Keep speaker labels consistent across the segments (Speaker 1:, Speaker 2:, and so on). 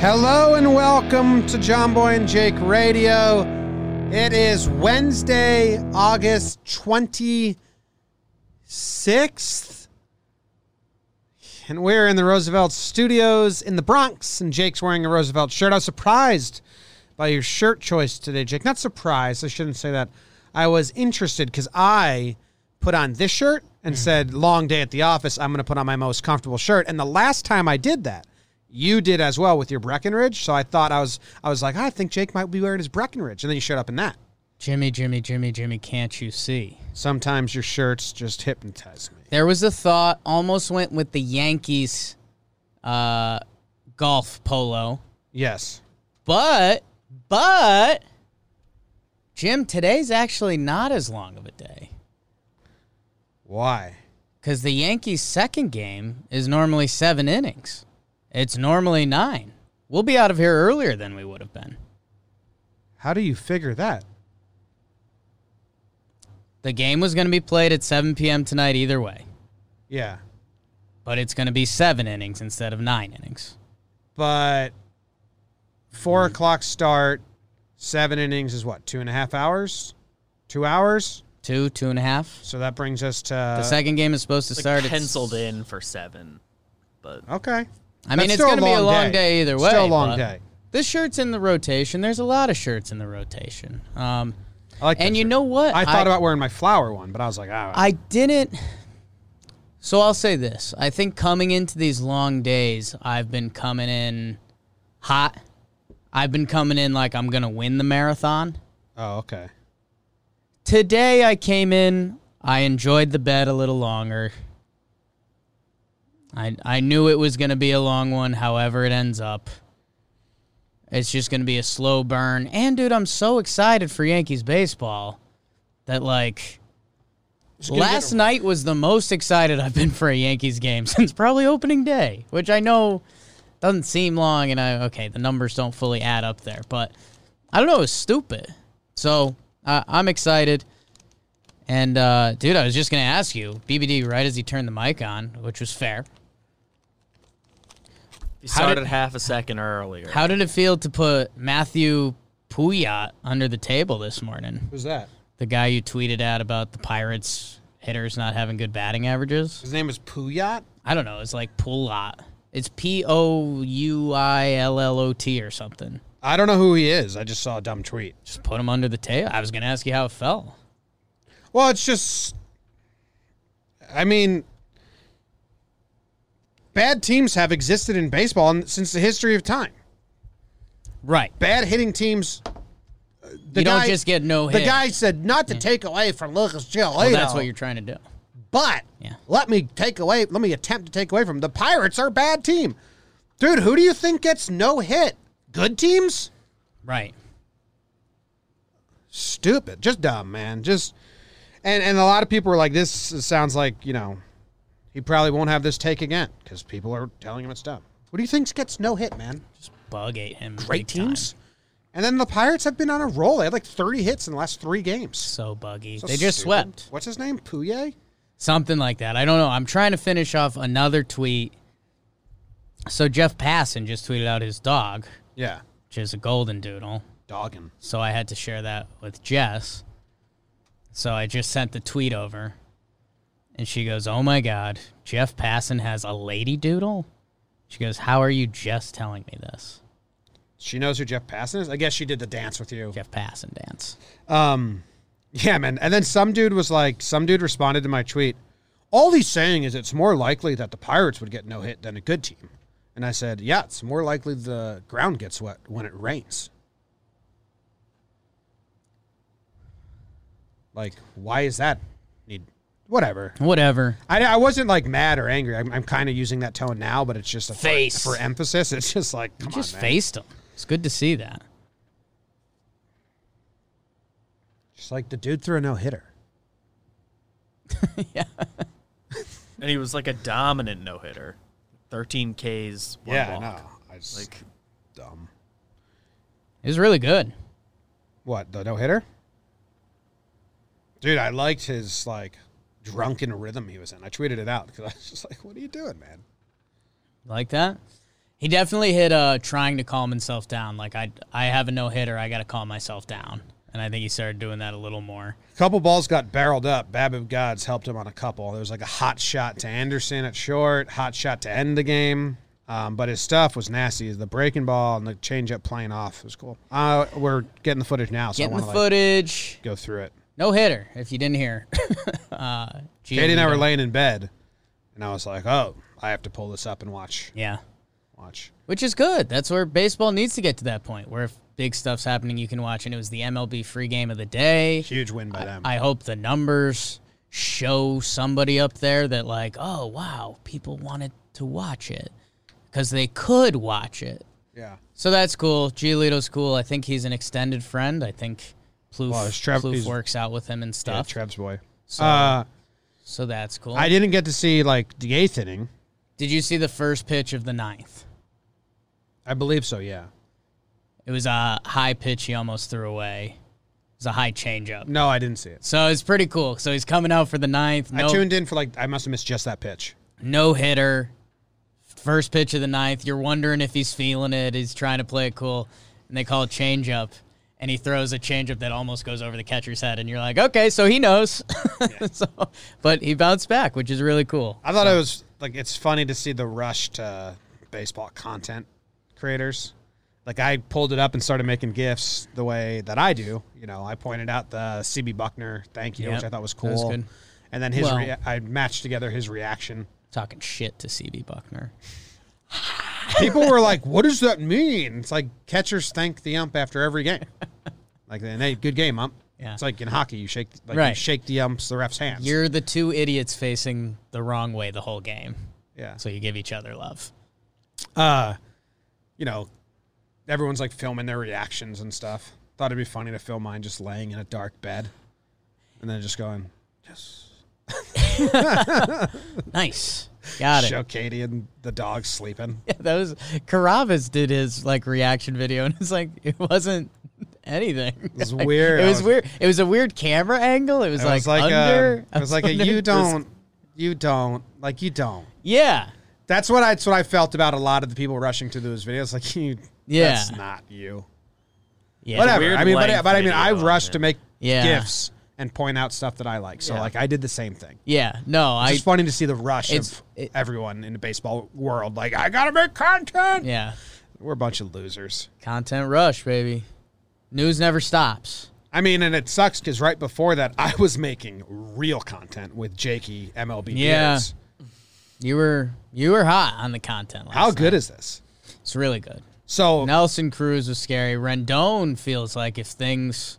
Speaker 1: Hello and welcome to John Boy and Jake Radio. It is Wednesday, August 26th. And we're in the Roosevelt Studios in the Bronx, and Jake's wearing a Roosevelt shirt. I was surprised by your shirt choice today, Jake. Not surprised, I shouldn't say that. I was interested because I put on this shirt and said, Long day at the office, I'm going to put on my most comfortable shirt. And the last time I did that, you did as well with your Breckenridge. So I thought I was I was like, I think Jake might be wearing his Breckenridge, and then you showed up in that.
Speaker 2: Jimmy, Jimmy, Jimmy, Jimmy, can't you see?
Speaker 1: Sometimes your shirts just hypnotize me.
Speaker 2: There was a thought, almost went with the Yankees uh, golf polo,
Speaker 1: Yes.
Speaker 2: but, but, Jim, today's actually not as long of a day
Speaker 1: Why?
Speaker 2: because the Yankees' second game is normally seven innings. It's normally nine. We'll be out of here earlier than we would have been.
Speaker 1: How do you figure that?
Speaker 2: The game was going to be played at 7 p.m. tonight either way,
Speaker 1: Yeah.
Speaker 2: but it's going to be seven innings instead of nine innings.
Speaker 1: But 4 o'clock start, seven innings is what, two and a half hours? Two hours?
Speaker 2: Two, two and a half.
Speaker 1: So that brings us to
Speaker 2: The second game is supposed to
Speaker 3: It's
Speaker 2: start
Speaker 3: like
Speaker 2: at
Speaker 3: penciled in for seven, but
Speaker 1: Okay.
Speaker 2: I mean,
Speaker 1: That's
Speaker 2: it's
Speaker 1: still
Speaker 2: going to be a long day, either way.
Speaker 1: Still a long
Speaker 2: but
Speaker 1: day.
Speaker 2: This shirt's in the rotation. There's a lot of shirts in the rotation. Um,
Speaker 1: I like that
Speaker 2: and you
Speaker 1: shirt.
Speaker 2: know what?
Speaker 1: I thought about wearing my flower one, but I was like, ah,
Speaker 2: I didn't. So I'll say this: I think coming into these long days, I've been coming in hot. I've been coming in like I'm going to win the marathon.
Speaker 1: oh, okay.
Speaker 2: Today I came in. I enjoyed the bed a little longer. I I knew it was going to be a long one. However, it ends up, it's just going to be a slow burn. And dude, I'm so excited for Yankees baseball that like last night was the most excited I've been for a Yankees game since probably opening day, which I know doesn't seem long. And I okay, the numbers don't fully add up there, but I don't know. It was stupid. So uh, I'm excited. And uh, dude, I was just gonna ask you, BBD, right as he turned the mic on, which was fair.
Speaker 3: you
Speaker 2: How did-
Speaker 3: started half a second earlier.
Speaker 2: How did it feel to put Matthew Puyat under the table this morning?
Speaker 1: Who's that?
Speaker 2: The guy you tweeted at about the Pirates hitters not having good batting averages.
Speaker 1: His name is Puyat.
Speaker 2: I don't know. It's like Pulot. It's P O U I L L O T or something.
Speaker 1: I don't know who he is. I just saw a dumb tweet.
Speaker 2: Just put him under the table. I was gonna ask you how it felt.
Speaker 1: Well, it's just. I mean, bad teams have existed in baseball and- since the history of time.
Speaker 2: Right.
Speaker 1: Bad hitting teams. uh, The
Speaker 2: You don't just get no
Speaker 1: The
Speaker 2: hit.
Speaker 1: guy said not to take away from Lucas Giolito.
Speaker 2: Well, that's what you're trying to do.
Speaker 1: But
Speaker 2: Yeah.
Speaker 1: let me take away. Let me attempt to take away from the Pirates are a bad team, dude. Who do you think gets no hit? Good teams.
Speaker 2: Right.
Speaker 1: stupid, just dumb, man. Just and and a lot of people were like, this sounds like you know, he probably won't have this take again because people are telling him it's dumb. What do you think gets no hit, man?
Speaker 2: Bug ate him.
Speaker 1: Great
Speaker 2: big time.
Speaker 1: teams. And then the Pirates have been on a roll. They had like 30 hits in the last three games.
Speaker 2: So buggy.
Speaker 1: So
Speaker 2: they just
Speaker 1: stupid.
Speaker 2: swept.
Speaker 1: What's his name? Puye?
Speaker 2: Something like that. I don't know. I'm trying to finish off another tweet. So Jeff Passan just tweeted out his dog,
Speaker 1: Yeah.
Speaker 2: which is a golden doodle.
Speaker 1: Doggin.
Speaker 2: So I had to share that with Jess. So I just sent the tweet over. And she goes, Oh my God, Jeff Passan has a lady doodle? She goes, How are you just telling me this?
Speaker 1: She knows who Jeff Passan is. I guess she did the dance with you.
Speaker 2: Jeff Passan dance.
Speaker 1: Um, yeah, man. And then some dude was like, some dude responded to my tweet. All he's saying is it's more likely that the Pirates would get no hit than a good team. And I said, yeah, it's more likely the ground gets wet when it rains. Like, why is that? Need whatever.
Speaker 2: Whatever.
Speaker 1: I, I wasn't like mad or angry. I'm, I'm kind of using that tone now, but it's just a for-
Speaker 2: Face.
Speaker 1: for, emphasis. It's just like come
Speaker 2: Just
Speaker 1: on, man.
Speaker 2: faced him. It's good to see that.
Speaker 1: Just like the dude threw a no hitter.
Speaker 3: And he was like a dominant no hitter. 13 Ks, one
Speaker 1: Yeah, no,
Speaker 3: walk.
Speaker 1: I just
Speaker 3: Like,
Speaker 1: dumb.
Speaker 2: It was really good.
Speaker 1: What the no hitter? Dude, I liked his like drunken rhythm he was in. I tweeted it out because I was just like, "What are you doing, man?"
Speaker 2: Like that? He definitely hit uh trying to calm himself down. Like I I have a no hitter, I gotta calm myself down. And I think he started doing that a little more.
Speaker 1: Couple balls got barreled up. Babib Gods helped him on a couple. There was like a hot shot to Anderson at short, hot shot to end the game. Um, but his stuff was nasty. The breaking ball and the changeup playing off was cool. Uh, we're getting the footage now, so I
Speaker 2: Getting the
Speaker 1: want to like,
Speaker 2: footage.
Speaker 1: go through it.
Speaker 2: No hitter, if you didn't hear. uh
Speaker 1: Katie and I
Speaker 2: Giolito.
Speaker 1: were laying in bed, and I was like, "Oh, I have to pull this up and watch,
Speaker 2: Yeah.
Speaker 1: watch."
Speaker 2: Which is good. That's where baseball needs to get to that point where if big stuff's happening you can watch and it was the MLB free game of the day.
Speaker 1: Huge win by them.
Speaker 2: I hope the numbers show somebody up there that like, oh wow, people wanted to watch it because they could watch it.
Speaker 1: yeah.
Speaker 2: So that's cool. Giolito's cool. I think he's an extended friend. I think Plouffe,
Speaker 1: Well, it's Trev-
Speaker 2: Plouffe
Speaker 1: he's-
Speaker 2: works out with him and
Speaker 1: Yeah,
Speaker 2: stuff.
Speaker 1: Trev's boy.
Speaker 2: So-
Speaker 1: uh,
Speaker 2: so that's cool.
Speaker 1: I didn't get to see like the eighth inning.
Speaker 2: Did you see the first pitch of the ninth?
Speaker 1: I believe so. Yeah.
Speaker 2: It was a high pitch he almost threw away. It was a high changeup.
Speaker 1: No, I didn't see it.
Speaker 2: So it's pretty cool. So he's coming out for the ninth. No,
Speaker 1: I tuned in for like I must have missed just that pitch.
Speaker 2: no hitter. First pitch of the ninth. You're wondering if he's feeling it. He's trying to play it cool. And they call a changeup. And he throws a changeup that almost goes over the catcher's head. And you're like, okay, so he knows. so, but he bounced back, which is really cool.
Speaker 1: I thought it was like it's funny to see the rush to baseball content creators. Like I pulled it up and started making gifs the way that I do. You know, I pointed out the CB Buckner thank you,
Speaker 2: Yep,
Speaker 1: which I thought was
Speaker 2: that
Speaker 1: cool.
Speaker 2: was good.
Speaker 1: And then his,
Speaker 2: Well-
Speaker 1: rea- I matched together his reaction.
Speaker 2: Talking shit to CB Buckner.
Speaker 1: People were like, "What does that mean?" It's like catchers thank the ump after every game. Like, then, hey, good game, ump.
Speaker 2: Yeah.
Speaker 1: It's like in hockey, you shake like you
Speaker 2: Right.
Speaker 1: shake the umps, the ref's hands.
Speaker 2: You're the two idiots facing the wrong way the whole game.
Speaker 1: yeah.
Speaker 2: So you give each other love.
Speaker 1: uh, you know, everyone's like filming their reactions and stuff. Thought it'd be funny to film mine just laying in a dark bed, and then just going
Speaker 2: Nice. Got it.
Speaker 1: show Katie and the dog sleeping.
Speaker 2: That was Carabas did his like reaction video, and it's like it wasn't anything. It
Speaker 1: was weird.
Speaker 2: It
Speaker 1: I
Speaker 2: was,
Speaker 1: was-
Speaker 2: weird. It was a weird camera angle. It was,
Speaker 1: It
Speaker 2: like,
Speaker 1: was like
Speaker 2: under.
Speaker 1: a, it was like a
Speaker 2: under
Speaker 1: you
Speaker 2: this-
Speaker 1: don't, you don't, like you don't.
Speaker 2: Yeah,
Speaker 1: That's what I. That's what I felt about a lot of the people rushing to those videos. Like you,
Speaker 2: Yeah.
Speaker 1: that's not you.
Speaker 2: yeah.
Speaker 1: Whatever.
Speaker 3: weird
Speaker 1: I mean, but,
Speaker 3: length
Speaker 1: but I mean,
Speaker 3: video
Speaker 1: I
Speaker 3: on
Speaker 1: rushed
Speaker 3: it.
Speaker 1: to make
Speaker 2: Yeah.
Speaker 1: gifts and point out stuff that I like. So like, I did the same thing.
Speaker 2: Yeah. No, I.
Speaker 1: It's just funny to see the rush
Speaker 2: It's-
Speaker 1: of
Speaker 2: it-
Speaker 1: everyone in the baseball world. Like, I gotta make content.
Speaker 2: Yeah.
Speaker 1: We're a bunch of losers.
Speaker 2: Content rush, baby. News never stops.
Speaker 1: I mean, and it sucks because right before that, I was making real content with E, Jakey MLB.
Speaker 2: Yeah.
Speaker 1: Beards.
Speaker 2: You were you were hot on the content. Last
Speaker 1: How
Speaker 2: night.
Speaker 1: good is this?
Speaker 2: It's really good.
Speaker 1: So
Speaker 2: Nelson Cruz was scary. Rendon feels like if things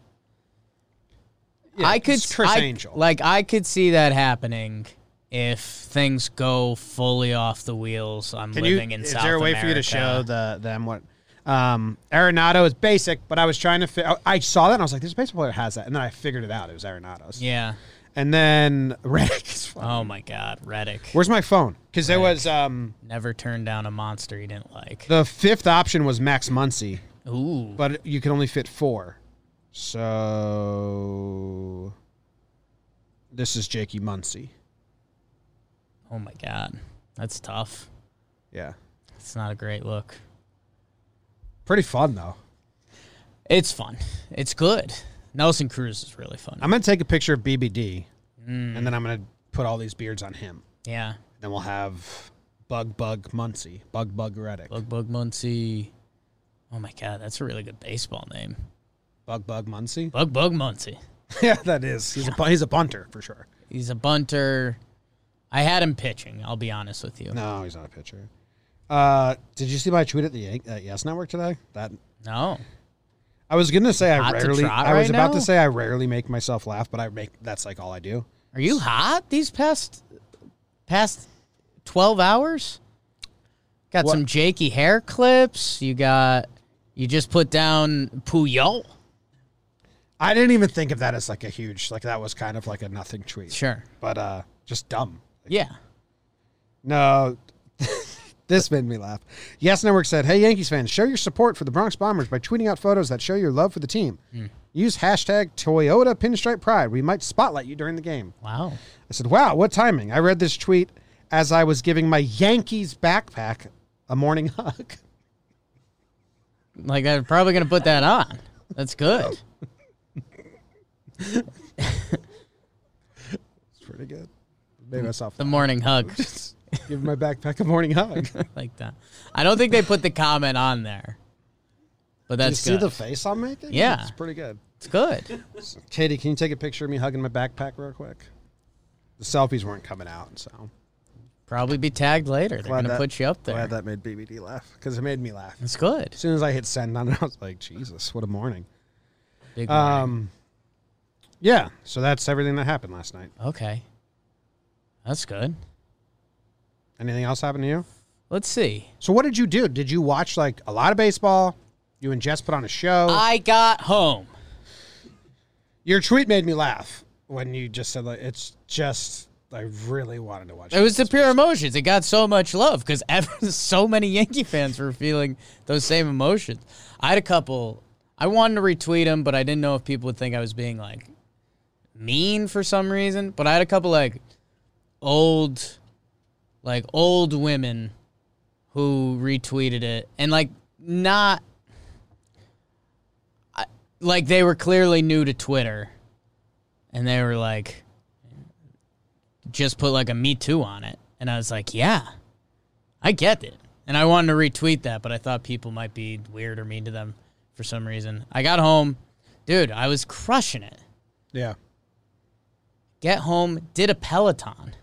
Speaker 1: yeah,
Speaker 2: I could
Speaker 1: it's Chris
Speaker 2: I-
Speaker 1: Angel.
Speaker 2: Like I could see that happening if things go fully off the wheels. I'm
Speaker 1: Can you,
Speaker 2: living in
Speaker 1: is
Speaker 2: South
Speaker 1: there a way for you to
Speaker 2: America.
Speaker 1: show the them what? Um, Arenado is basic, but I was trying to. Fi- I- I saw that and I was like, "This baseball player has that," and then I figured it out. It was Arenado's.
Speaker 2: Yeah.
Speaker 1: And then Redick is fun.
Speaker 2: Oh my God, Reddick
Speaker 1: Where's my phone? Because there was um,
Speaker 2: never turned down a monster he didn't like.
Speaker 1: the fifth option was Max Muncy,
Speaker 2: Ooh,
Speaker 1: but you can only fit four. So this is Jakey Muncy.
Speaker 2: oh my God, that's tough.
Speaker 1: Yeah,
Speaker 2: It's not a great look.
Speaker 1: pretty fun though.
Speaker 2: It's fun. It's good. Nelson Cruz is really fun.
Speaker 1: I'm gonna take a picture of BBD, and then I'm gonna put all these beards on him.
Speaker 2: Yeah.
Speaker 1: Then we'll have Bug Bug Muncie, Bug Bug Reddick, Bug
Speaker 2: Bug Bug Muncie. Oh my God, that's a really good baseball name.
Speaker 1: Bug, Muncie.
Speaker 2: Bug Bug Muncie.
Speaker 1: yeah, that is. He's a bu- he's a bunter for sure.
Speaker 2: He's a bunter. I had him pitching. I'll be honest with you.
Speaker 1: No, he's not a pitcher. Uh, did you see my tweet at the Yan- at Yes Network today? That
Speaker 2: No.
Speaker 1: I was gonna say I
Speaker 2: Hot to
Speaker 1: rarely.
Speaker 2: trot
Speaker 1: I was
Speaker 2: right
Speaker 1: about
Speaker 2: now?
Speaker 1: to say I rarely make myself laugh, but I make that's like all I do.
Speaker 2: Are you hot these past past twelve hours? Got some jakey hair clips. You got you just put down Puyol.
Speaker 1: I didn't even think of that as like a huge like that was kind of like a nothing tweet.
Speaker 2: Sure.
Speaker 1: but uh, just dumb.
Speaker 2: Yeah.
Speaker 1: No, this made me laugh. Yes Network said, "Hey Yankees fans, show your support for the Bronx Bombers by tweeting out photos that show your love for the team.
Speaker 2: Hmm.
Speaker 1: Use hashtag Toyota Pinstripe Pride. We might spotlight you during the game."
Speaker 2: Wow.
Speaker 1: I said, "Wow, what timing!" I read this tweet as I was giving my Yankees backpack a morning hug.
Speaker 2: Like I'm probably gonna put that on. That's good.
Speaker 1: It's pretty good. Maybe I saw
Speaker 2: The morning hug.
Speaker 1: give my backpack a morning hug.
Speaker 2: like that. I don't think they put the comment on there. But
Speaker 1: you
Speaker 2: that's
Speaker 1: see
Speaker 2: good.
Speaker 1: the face I'm making?
Speaker 2: Yeah.
Speaker 1: it's pretty good.
Speaker 2: it's good.
Speaker 1: Katie, can you take a picture of me hugging my backpack real quick? The selfies weren't coming out, so
Speaker 2: Probably be tagged later. They're gonna
Speaker 1: that-
Speaker 2: put you up there.
Speaker 1: glad that made BBD laugh because it made me laugh. As
Speaker 2: That's good.
Speaker 1: soon as I hit send on it, I was like, Jesus, what a morning.
Speaker 2: Big
Speaker 1: Um, yeah, so that's everything that happened last night.
Speaker 2: morning. okay. That's good.
Speaker 1: Anything else happen to you?
Speaker 2: Let's see.
Speaker 1: So what did you do? Did you watch like a lot of baseball? You and Jess put on a show.
Speaker 2: I got home.
Speaker 1: Your tweet made me laugh when you just said like it's just I really wanted to watch.
Speaker 2: It was the pure emotions. It got so much love because so many Yankee fans were feeling those same emotions. I had a couple. I wanted to retweet them, but I didn't know if people would think I was being like mean for some reason. But I had a couple like old, like old women who retweeted it and like not I- like they were clearly new to Twitter and they were like just put like a me too on it and i was like yeah i get it and i wanted to retweet that but i thought people might be weird or mean to them for some reason i got home dude i was crushing it
Speaker 1: yeah.
Speaker 2: get home did a peloton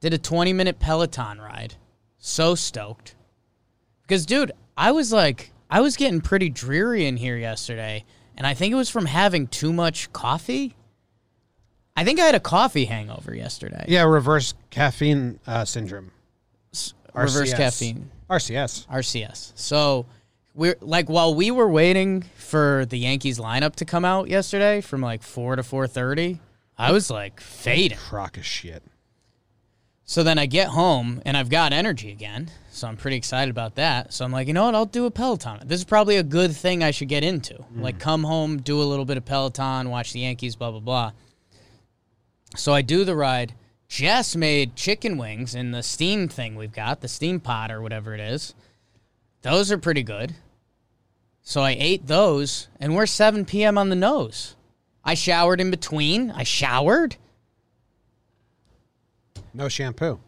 Speaker 2: did a 20 minute peloton ride so stoked because dude i was like i was getting pretty dreary in here yesterday and i think it was from having too much coffee i think i had a coffee hangover yesterday
Speaker 1: Yeah, reverse caffeine uh, syndrome.
Speaker 2: reverse
Speaker 1: RCS.
Speaker 2: caffeine
Speaker 1: RCS.
Speaker 2: RCS. So we're like while we were waiting for the Yankees lineup to come out yesterday from like 4 to 4:30, I was like fading.
Speaker 1: Crock of shit.
Speaker 2: So then I get home and I've got energy again. So I'm pretty excited about that. So I'm like, you know what? I'll do a Peloton. This is probably a good thing I should get into. Like, come home, do a little bit of Peloton, watch the Yankees, blah, blah, blah. So I do the ride. Jess made chicken wings in the steam thing we've got, the steam pot or whatever it is. Those are pretty good. So I ate those and we're 7 p.m. on the nose. I showered in between. I showered.
Speaker 1: No shampoo.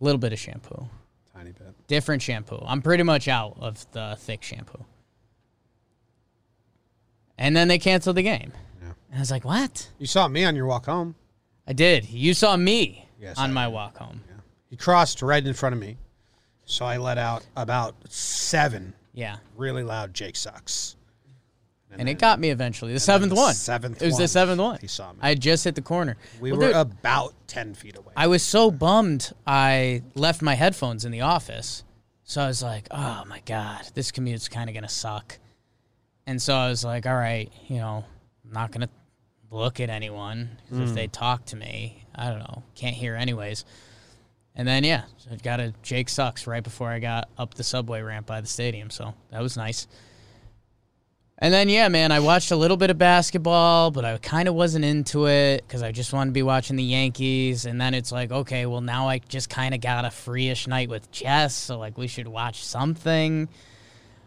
Speaker 2: A little bit of shampoo.
Speaker 1: Tiny bit.
Speaker 2: different shampoo. I'm pretty much out of the thick shampoo. And then they canceled the game.
Speaker 1: Yeah.
Speaker 2: And I was like, what?
Speaker 1: You saw me on your walk home.
Speaker 2: I did. You saw me
Speaker 1: Yes,
Speaker 2: on
Speaker 1: I
Speaker 2: my walk home. Yeah.
Speaker 1: He crossed right in front of me. So I let out about seven really loud Jake sucks.
Speaker 2: And, it got me eventually. The seventh
Speaker 1: the
Speaker 2: one.
Speaker 1: seventh
Speaker 2: It was
Speaker 1: one.
Speaker 2: the seventh one.
Speaker 1: He saw me.
Speaker 2: I had just hit the corner.
Speaker 1: We
Speaker 2: Well,
Speaker 1: were
Speaker 2: dude,
Speaker 1: about 10 feet away.
Speaker 2: I was so bummed I left my headphones in the office. So I was like, oh my God, this commute's kind of going to suck. And so I was like, all right, you know, I'm not going to look at anyone 'cause if they talk to me, I don't know, can't hear anyways. And then, yeah, so I got a Jake Sucks right before I got up the subway ramp by the stadium. So that was nice. And then, yeah, man, I watched a little bit of basketball, but I kind of wasn't into it because I just wanted to be watching the Yankees. And then it's like, okay, well, now I just kind of got a free-ish night with Jess, so like we should watch something.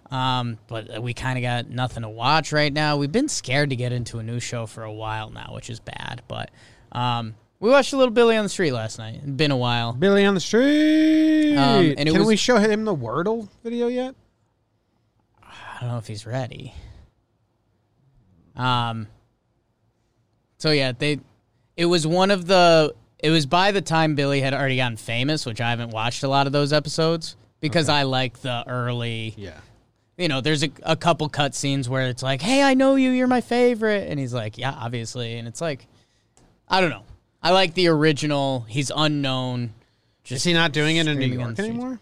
Speaker 2: Um, but we kind of got nothing to watch right now. We've been scared to get into a new show for a while now, which is bad. But um, We watched a little Billy on the Street last night. It's been a while.
Speaker 1: Billy on the Street.
Speaker 2: Um, and it
Speaker 1: Can
Speaker 2: was-
Speaker 1: we show him the Wordle video yet?
Speaker 2: I don't know if he's ready. Um. So yeah, they. It was one of the. It was by the time Billy had already gotten famous, which I haven't watched a lot of those episodes because I like the early.
Speaker 1: Yeah.
Speaker 2: You know, there's a, a couple cut scenes where it's like, "Hey, I know you. You're my favorite," and he's like, "Yeah, obviously," and it's like, I don't know. I like the original. He's unknown.
Speaker 1: Is he not doing it in New
Speaker 2: Screaming on the
Speaker 1: York
Speaker 2: street.
Speaker 1: anymore?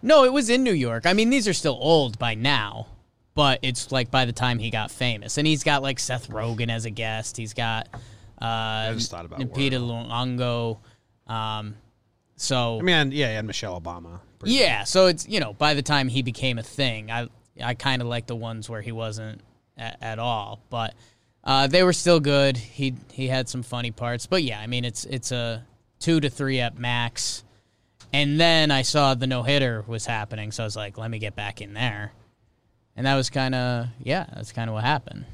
Speaker 2: No, it was in New York. I mean, these are still old by now, but it's like by the time he got famous, and he's got like Seth Rogen as a guest. He's got uh,
Speaker 1: just thought about
Speaker 2: Peter Longo. Um, so
Speaker 1: I mean, and- yeah, and Michelle Obama. Pretty-
Speaker 2: yeah, so it's you know by the time he became a thing, I I kind of like the ones where he wasn't at, at all, but uh, they were still good. He he had some funny parts, but yeah, I mean it's it's a two to three at max, and then I saw the no hitter was happening, so I was like, let me get back in there, and that was kind of yeah, that's kind of what happened.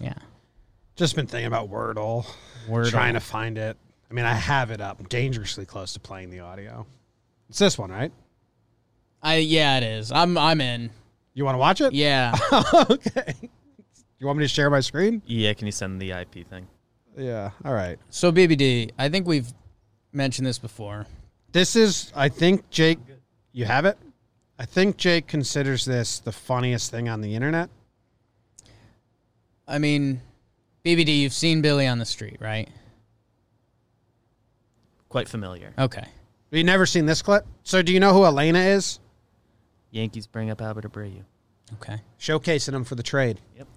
Speaker 2: Yeah,
Speaker 1: Just been thinking about Wordle.
Speaker 2: Wordle.
Speaker 1: Trying to find it. I mean, I have it up. I'm dangerously close to playing the audio. It's this one, right?
Speaker 2: I yeah it is. I'm I'm in.
Speaker 1: You want to watch it?
Speaker 2: Yeah,
Speaker 1: okay. You want me to share my screen?
Speaker 3: Yeah, can you send the IP thing?
Speaker 1: Yeah. All right.
Speaker 2: so BBD, I think we've mentioned this before.
Speaker 1: This is, I think, Jake. You have it? I think Jake considers this the funniest thing on the internet.
Speaker 2: I mean, BBD, you've seen Billy on the street, right?
Speaker 3: Quite familiar.
Speaker 2: Okay.
Speaker 1: Have you never seen this clip? So, do you know who Elena is?
Speaker 3: Yankees bring up Albert Abreu.
Speaker 2: Okay.
Speaker 1: Showcasing him for the trade.
Speaker 3: Yep.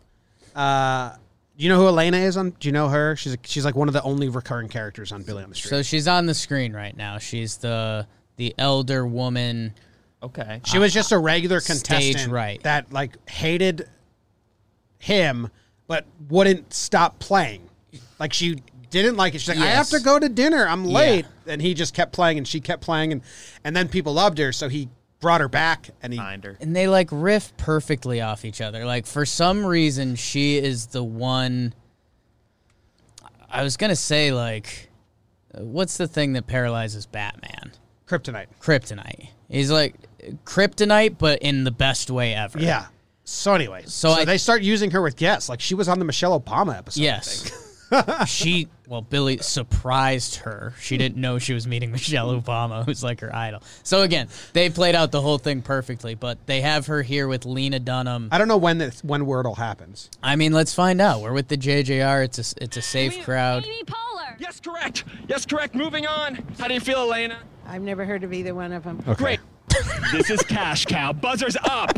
Speaker 1: Uh, do you know who Elena is on? Do you know her? She's she's like one of the only recurring characters on Billy on the Street.
Speaker 2: So she's on the screen right now. She's the the elder woman.
Speaker 3: Okay.
Speaker 1: She was just a regular
Speaker 2: Stage
Speaker 1: contestant
Speaker 2: right.
Speaker 1: that like hated him but wouldn't stop playing. Like she didn't like it. She's like, I have
Speaker 2: Yes.
Speaker 1: to go to dinner. I'm late. And he just kept playing and she kept playing and and then people loved her, so he brought her back and he
Speaker 3: Finder.
Speaker 2: And they like riff perfectly off each other. Like for some reason she is the one I was going to say like uh, what's the thing that paralyzes Batman?
Speaker 1: kryptonite.
Speaker 2: Kryptonite. He's like kryptonite but in the best way ever.
Speaker 1: Yeah. So anyway, so,
Speaker 2: So I-
Speaker 1: they start using her with guests. Like she was on the Michelle Obama episode. I think.
Speaker 2: Yes. she well Billy surprised her. She didn't know she was meeting Michelle Obama, who's like her idol. So again, they played out the whole thing perfectly, but they have her here with Lena Dunham.
Speaker 1: I don't know when this when Wordle happens.
Speaker 2: I mean, let's find out. We're with the JJR. It's a s- it's a safe
Speaker 4: Amy-
Speaker 2: crowd.
Speaker 4: Amy Poehler.
Speaker 5: Yes, correct. Yes, correct. Moving on. How do you feel, Elena?
Speaker 6: I've never heard of either one of them.
Speaker 5: Great. this is cash cow. Buzzers up.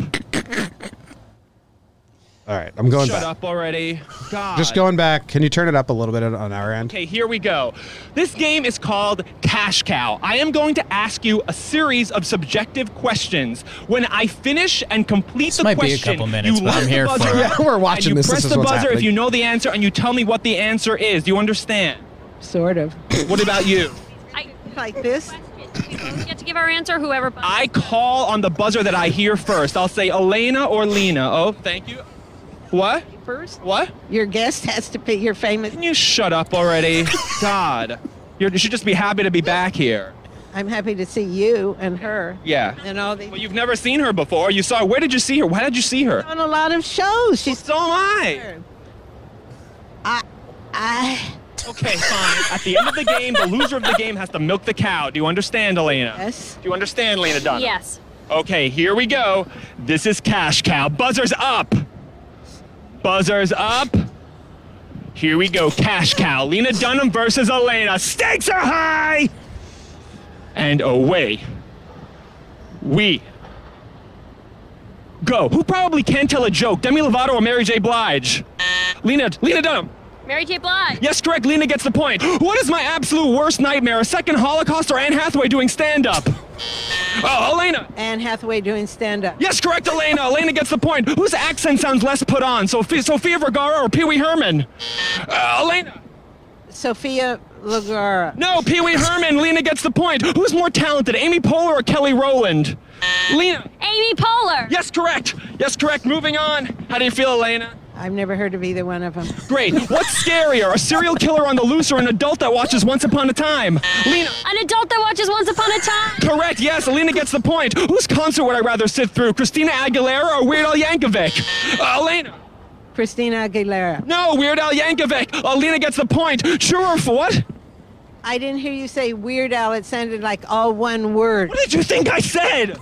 Speaker 1: All right, I'm going
Speaker 5: Shut
Speaker 1: back.
Speaker 5: up already. God.
Speaker 1: Just going back. Can you turn it up a little bit on- on our end?
Speaker 5: Okay, here we go. This game is called Cash Cow. I am going to ask you a series of subjective questions. When I finish and complete the
Speaker 2: might be a
Speaker 5: question,
Speaker 2: couple minutes,
Speaker 5: you
Speaker 2: but
Speaker 5: let
Speaker 2: I'm
Speaker 5: the
Speaker 2: here for
Speaker 5: buzzer
Speaker 2: it.
Speaker 5: up,
Speaker 1: Yeah, we're watching
Speaker 5: and you
Speaker 1: this. This
Speaker 5: Press
Speaker 1: is
Speaker 5: the
Speaker 1: what's
Speaker 5: buzzer if
Speaker 1: happening.
Speaker 5: you know the answer, and you tell me what the answer is. Do you understand?
Speaker 6: Sort of.
Speaker 5: What about you?
Speaker 4: I,
Speaker 6: Like this?
Speaker 4: question. We both get to give our answer, whoever. buzzes.
Speaker 5: I call on the buzzer that I hear first. I'll say Elena or Lena. Oh, thank you. What?
Speaker 6: First,
Speaker 5: What?
Speaker 6: your guest has to pick your famous.
Speaker 5: Can you shut up already? God. You're, you should just be happy to be back here.
Speaker 6: I'm happy to see you and her.
Speaker 5: Yeah.
Speaker 6: And all the.
Speaker 5: Well, you've never seen her before. You saw her. Where did you see her? Why did you see her?
Speaker 6: on a lot of shows. She's
Speaker 5: So am I.
Speaker 6: I. I.
Speaker 5: Okay, fine. At the end of the game, the loser of the game has to milk the cow. Do you understand, Elena?
Speaker 6: Yes.
Speaker 5: Do you understand, Lena Dunham?
Speaker 4: Yes.
Speaker 5: Okay, here we go. This is Cash Cow. Buzzers up. Buzzers up. Here we go. Cash Cow. Lena Dunham versus Elena. Stakes are high. And away. We go. Who probably can tell a joke? Demi Lovato or Mary J. Blige? Lena. Lena Dunham.
Speaker 4: Mary J. Blige.
Speaker 5: Yes, correct. Lena gets the point. What is my absolute worst nightmare? A second Holocaust or Anne Hathaway doing stand-up? Oh, Elena.
Speaker 6: Anne Hathaway doing stand up.
Speaker 5: Yes, correct, Elena. Elena gets the point. Whose accent sounds less put on, Sophia, Sophia Vergara or Pee Wee Herman? Uh, Elena.
Speaker 6: Sophia Lagara.
Speaker 5: No, Pee Wee Herman. Lena gets the point. Who's more talented, Amy Poehler or Kelly Rowland? Lena.
Speaker 4: Amy Poehler.
Speaker 5: Yes, correct. Yes, correct. Moving on. How do you feel, Elena?
Speaker 6: I've never heard of either one of them.
Speaker 5: Great. What's scarier, a serial killer on the loose or an adult that watches Once Upon a Time? Lena.
Speaker 4: An adult that watches Once Upon a Time.
Speaker 5: Correct, yes, Alina gets the point. Whose concert would I rather sit through, Christina Aguilera or Weird Al Yankovic? Uh, Elena.
Speaker 6: Christina Aguilera.
Speaker 5: No, Weird Al Yankovic. Alina gets the point. True or for what?
Speaker 6: I didn't hear you say Weird Al. It sounded like all one word.
Speaker 5: What did you think I said?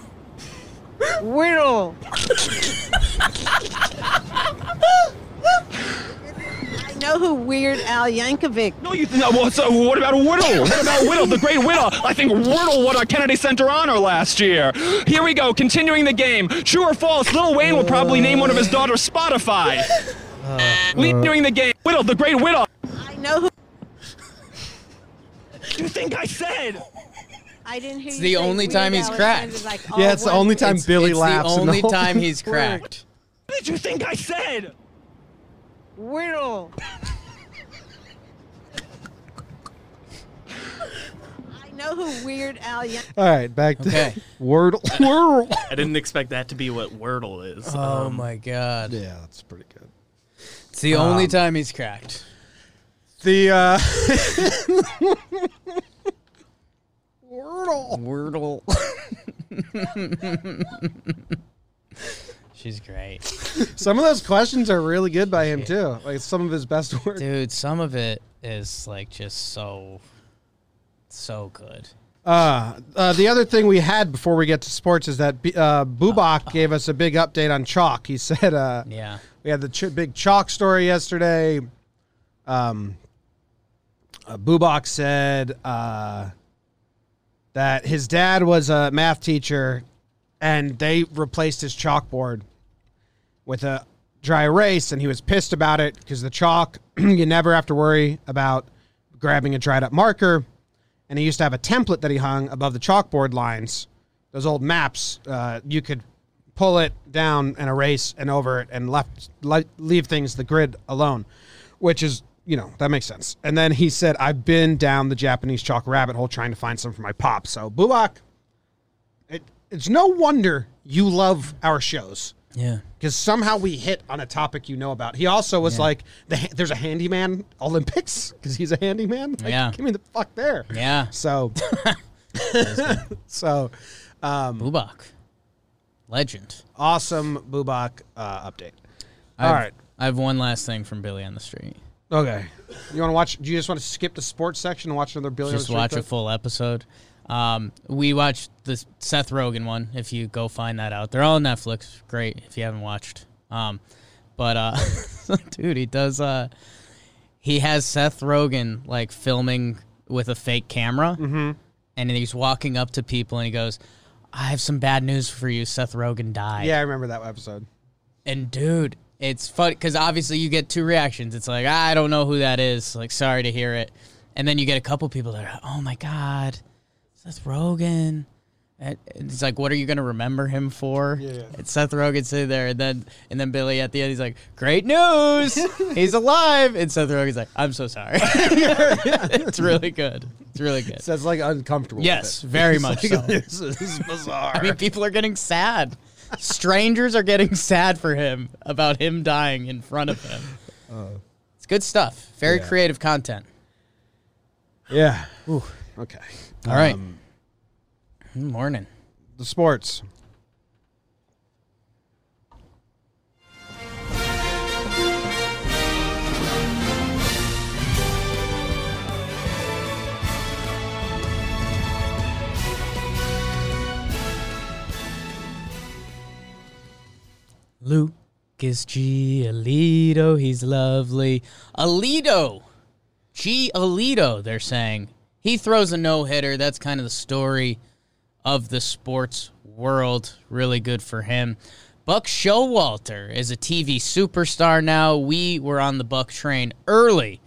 Speaker 6: Whirl. I know who Weird Al Yankovic.
Speaker 5: No, you think. Well, so what about Whittle? What about Whittle, the great Whittle? I think Whittle won our Kennedy Center honor last year. Here we go, continuing the game. True or false, Lil Wayne will probably name one of his daughters Spotify. Continuing the game. Whittle, the great Whittle.
Speaker 6: I know who.
Speaker 5: What did you think I said?
Speaker 6: I didn't hear it's you
Speaker 2: the
Speaker 6: say
Speaker 2: only
Speaker 6: Weird
Speaker 2: time
Speaker 6: Al.
Speaker 2: he's
Speaker 6: It
Speaker 2: cracked.
Speaker 6: sounded like oh, all
Speaker 7: Yeah, it's the
Speaker 6: one
Speaker 7: only
Speaker 6: word.
Speaker 7: time Billy
Speaker 2: it's
Speaker 7: laughs. in
Speaker 2: the only
Speaker 7: whole
Speaker 2: time
Speaker 7: thing.
Speaker 2: he's cracked.
Speaker 5: What did you think I said?
Speaker 6: Whirl. I know who Weird Al Yankovic.
Speaker 1: All right, back to
Speaker 2: Okay.
Speaker 1: word Wordle.
Speaker 3: I didn't expect that to be what Wordle is.
Speaker 2: Oh
Speaker 3: Um,
Speaker 2: my god.
Speaker 1: yeah, that's pretty good.
Speaker 2: It's the only
Speaker 7: Um,
Speaker 2: time he's cracked.
Speaker 1: The uh Wordle.
Speaker 2: Wordle. She's great.
Speaker 1: Some of those questions are really good by him too. Like some of his best work.
Speaker 2: Dude, some of it is like just so so good.
Speaker 1: Uh, uh, the other thing we had before we get to sports is that B- uh, Bubak gave us a big update on chalk. He said uh,
Speaker 2: Yeah.
Speaker 1: we had the ch- big chalk story yesterday. Um, uh, Bubak said uh, that his dad was a math teacher, and they replaced his chalkboard with a dry erase, and he was pissed about it because the chalk you never have to worry about grabbing a dried up marker and he used to have a template that he hung above the chalkboard lines. Those old maps, uh, you could pull it down and erase and over it and left le- leave things the grid alone, which is you know that makes sense. And then he said, "I've been down the Japanese chalk rabbit hole trying to find some for my pop." So Bubak, it, it's no wonder you love our shows
Speaker 2: Yeah.
Speaker 1: because somehow we hit on a topic you know about. He also was like, the, ha- "There's a handyman Olympics because he's a handyman." Like,
Speaker 2: Yeah.
Speaker 1: give me the fuck there.
Speaker 2: Yeah.
Speaker 1: So, so
Speaker 2: Bubak. Legend.
Speaker 1: awesome Bubak uh, update.
Speaker 2: All
Speaker 1: right.
Speaker 2: I have one last thing from Billy on the Street.
Speaker 1: Okay, you want to watch? Do you just want to skip the sports section and watch another Billy?
Speaker 2: Just
Speaker 1: on the
Speaker 2: watch a
Speaker 1: Street clip?
Speaker 2: full episode. Um, we watched the Seth Rogen one. If you go find that out, they're all on Netflix. Great if you haven't watched. Um, but uh, dude, he does. Uh, he has Seth Rogen like filming with a fake camera,
Speaker 1: Mm-hmm.
Speaker 2: and he's walking up to people and he goes, "I have some bad news for you. Seth Rogen died."
Speaker 1: Yeah, I remember that episode.
Speaker 2: And dude, it's fun because obviously you get two reactions. It's like "Ah, I don't know who that is. Like sorry to hear it, and then you get a couple people that are oh my god, Seth Rogen. And it's like, what are you gonna remember him for? Yeah. And Seth Rogen sitting there, and then and then Billy at the end, he's like, "Great news, he's alive!" And Seth Rogen's like, "I'm so sorry." it's really good. It's really good.
Speaker 1: So it's like uncomfortable. with
Speaker 2: Yes,
Speaker 1: it.
Speaker 2: very
Speaker 1: It's
Speaker 2: much
Speaker 1: like,
Speaker 2: so.
Speaker 1: This is bizarre.
Speaker 2: I mean, people are getting sad. Strangers are getting sad for him about him dying in front of him. it's good stuff. Very
Speaker 1: Yeah.
Speaker 2: creative content.
Speaker 1: yeah. Okay.
Speaker 2: All right. Good morning.
Speaker 1: The sports.
Speaker 2: Lucas Giolito, he's lovely. Alito, G. Alito, they're saying. He throws a no hitter. That's kind of the story of the sports world. Really good for him. Buck Showalter is a TV superstar now. We were on the Buck train early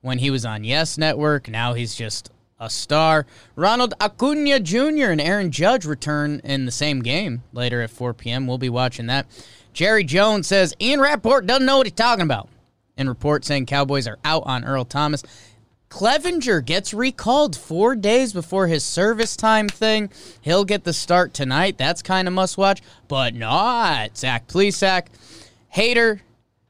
Speaker 2: when he was on Yes Network. Now he's just a star. Ronald Acuna Jr. and Aaron Judge return in the same game later at 4 p.m. We'll be watching that. Jerry Jones says Ian Rapport doesn't know what he's talking about. In report saying Cowboys are out on Earl Thomas. Clevenger gets recalled four days before his service time thing. He'll get the start tonight. That's kind of must watch, but not Zach Plesak. Hater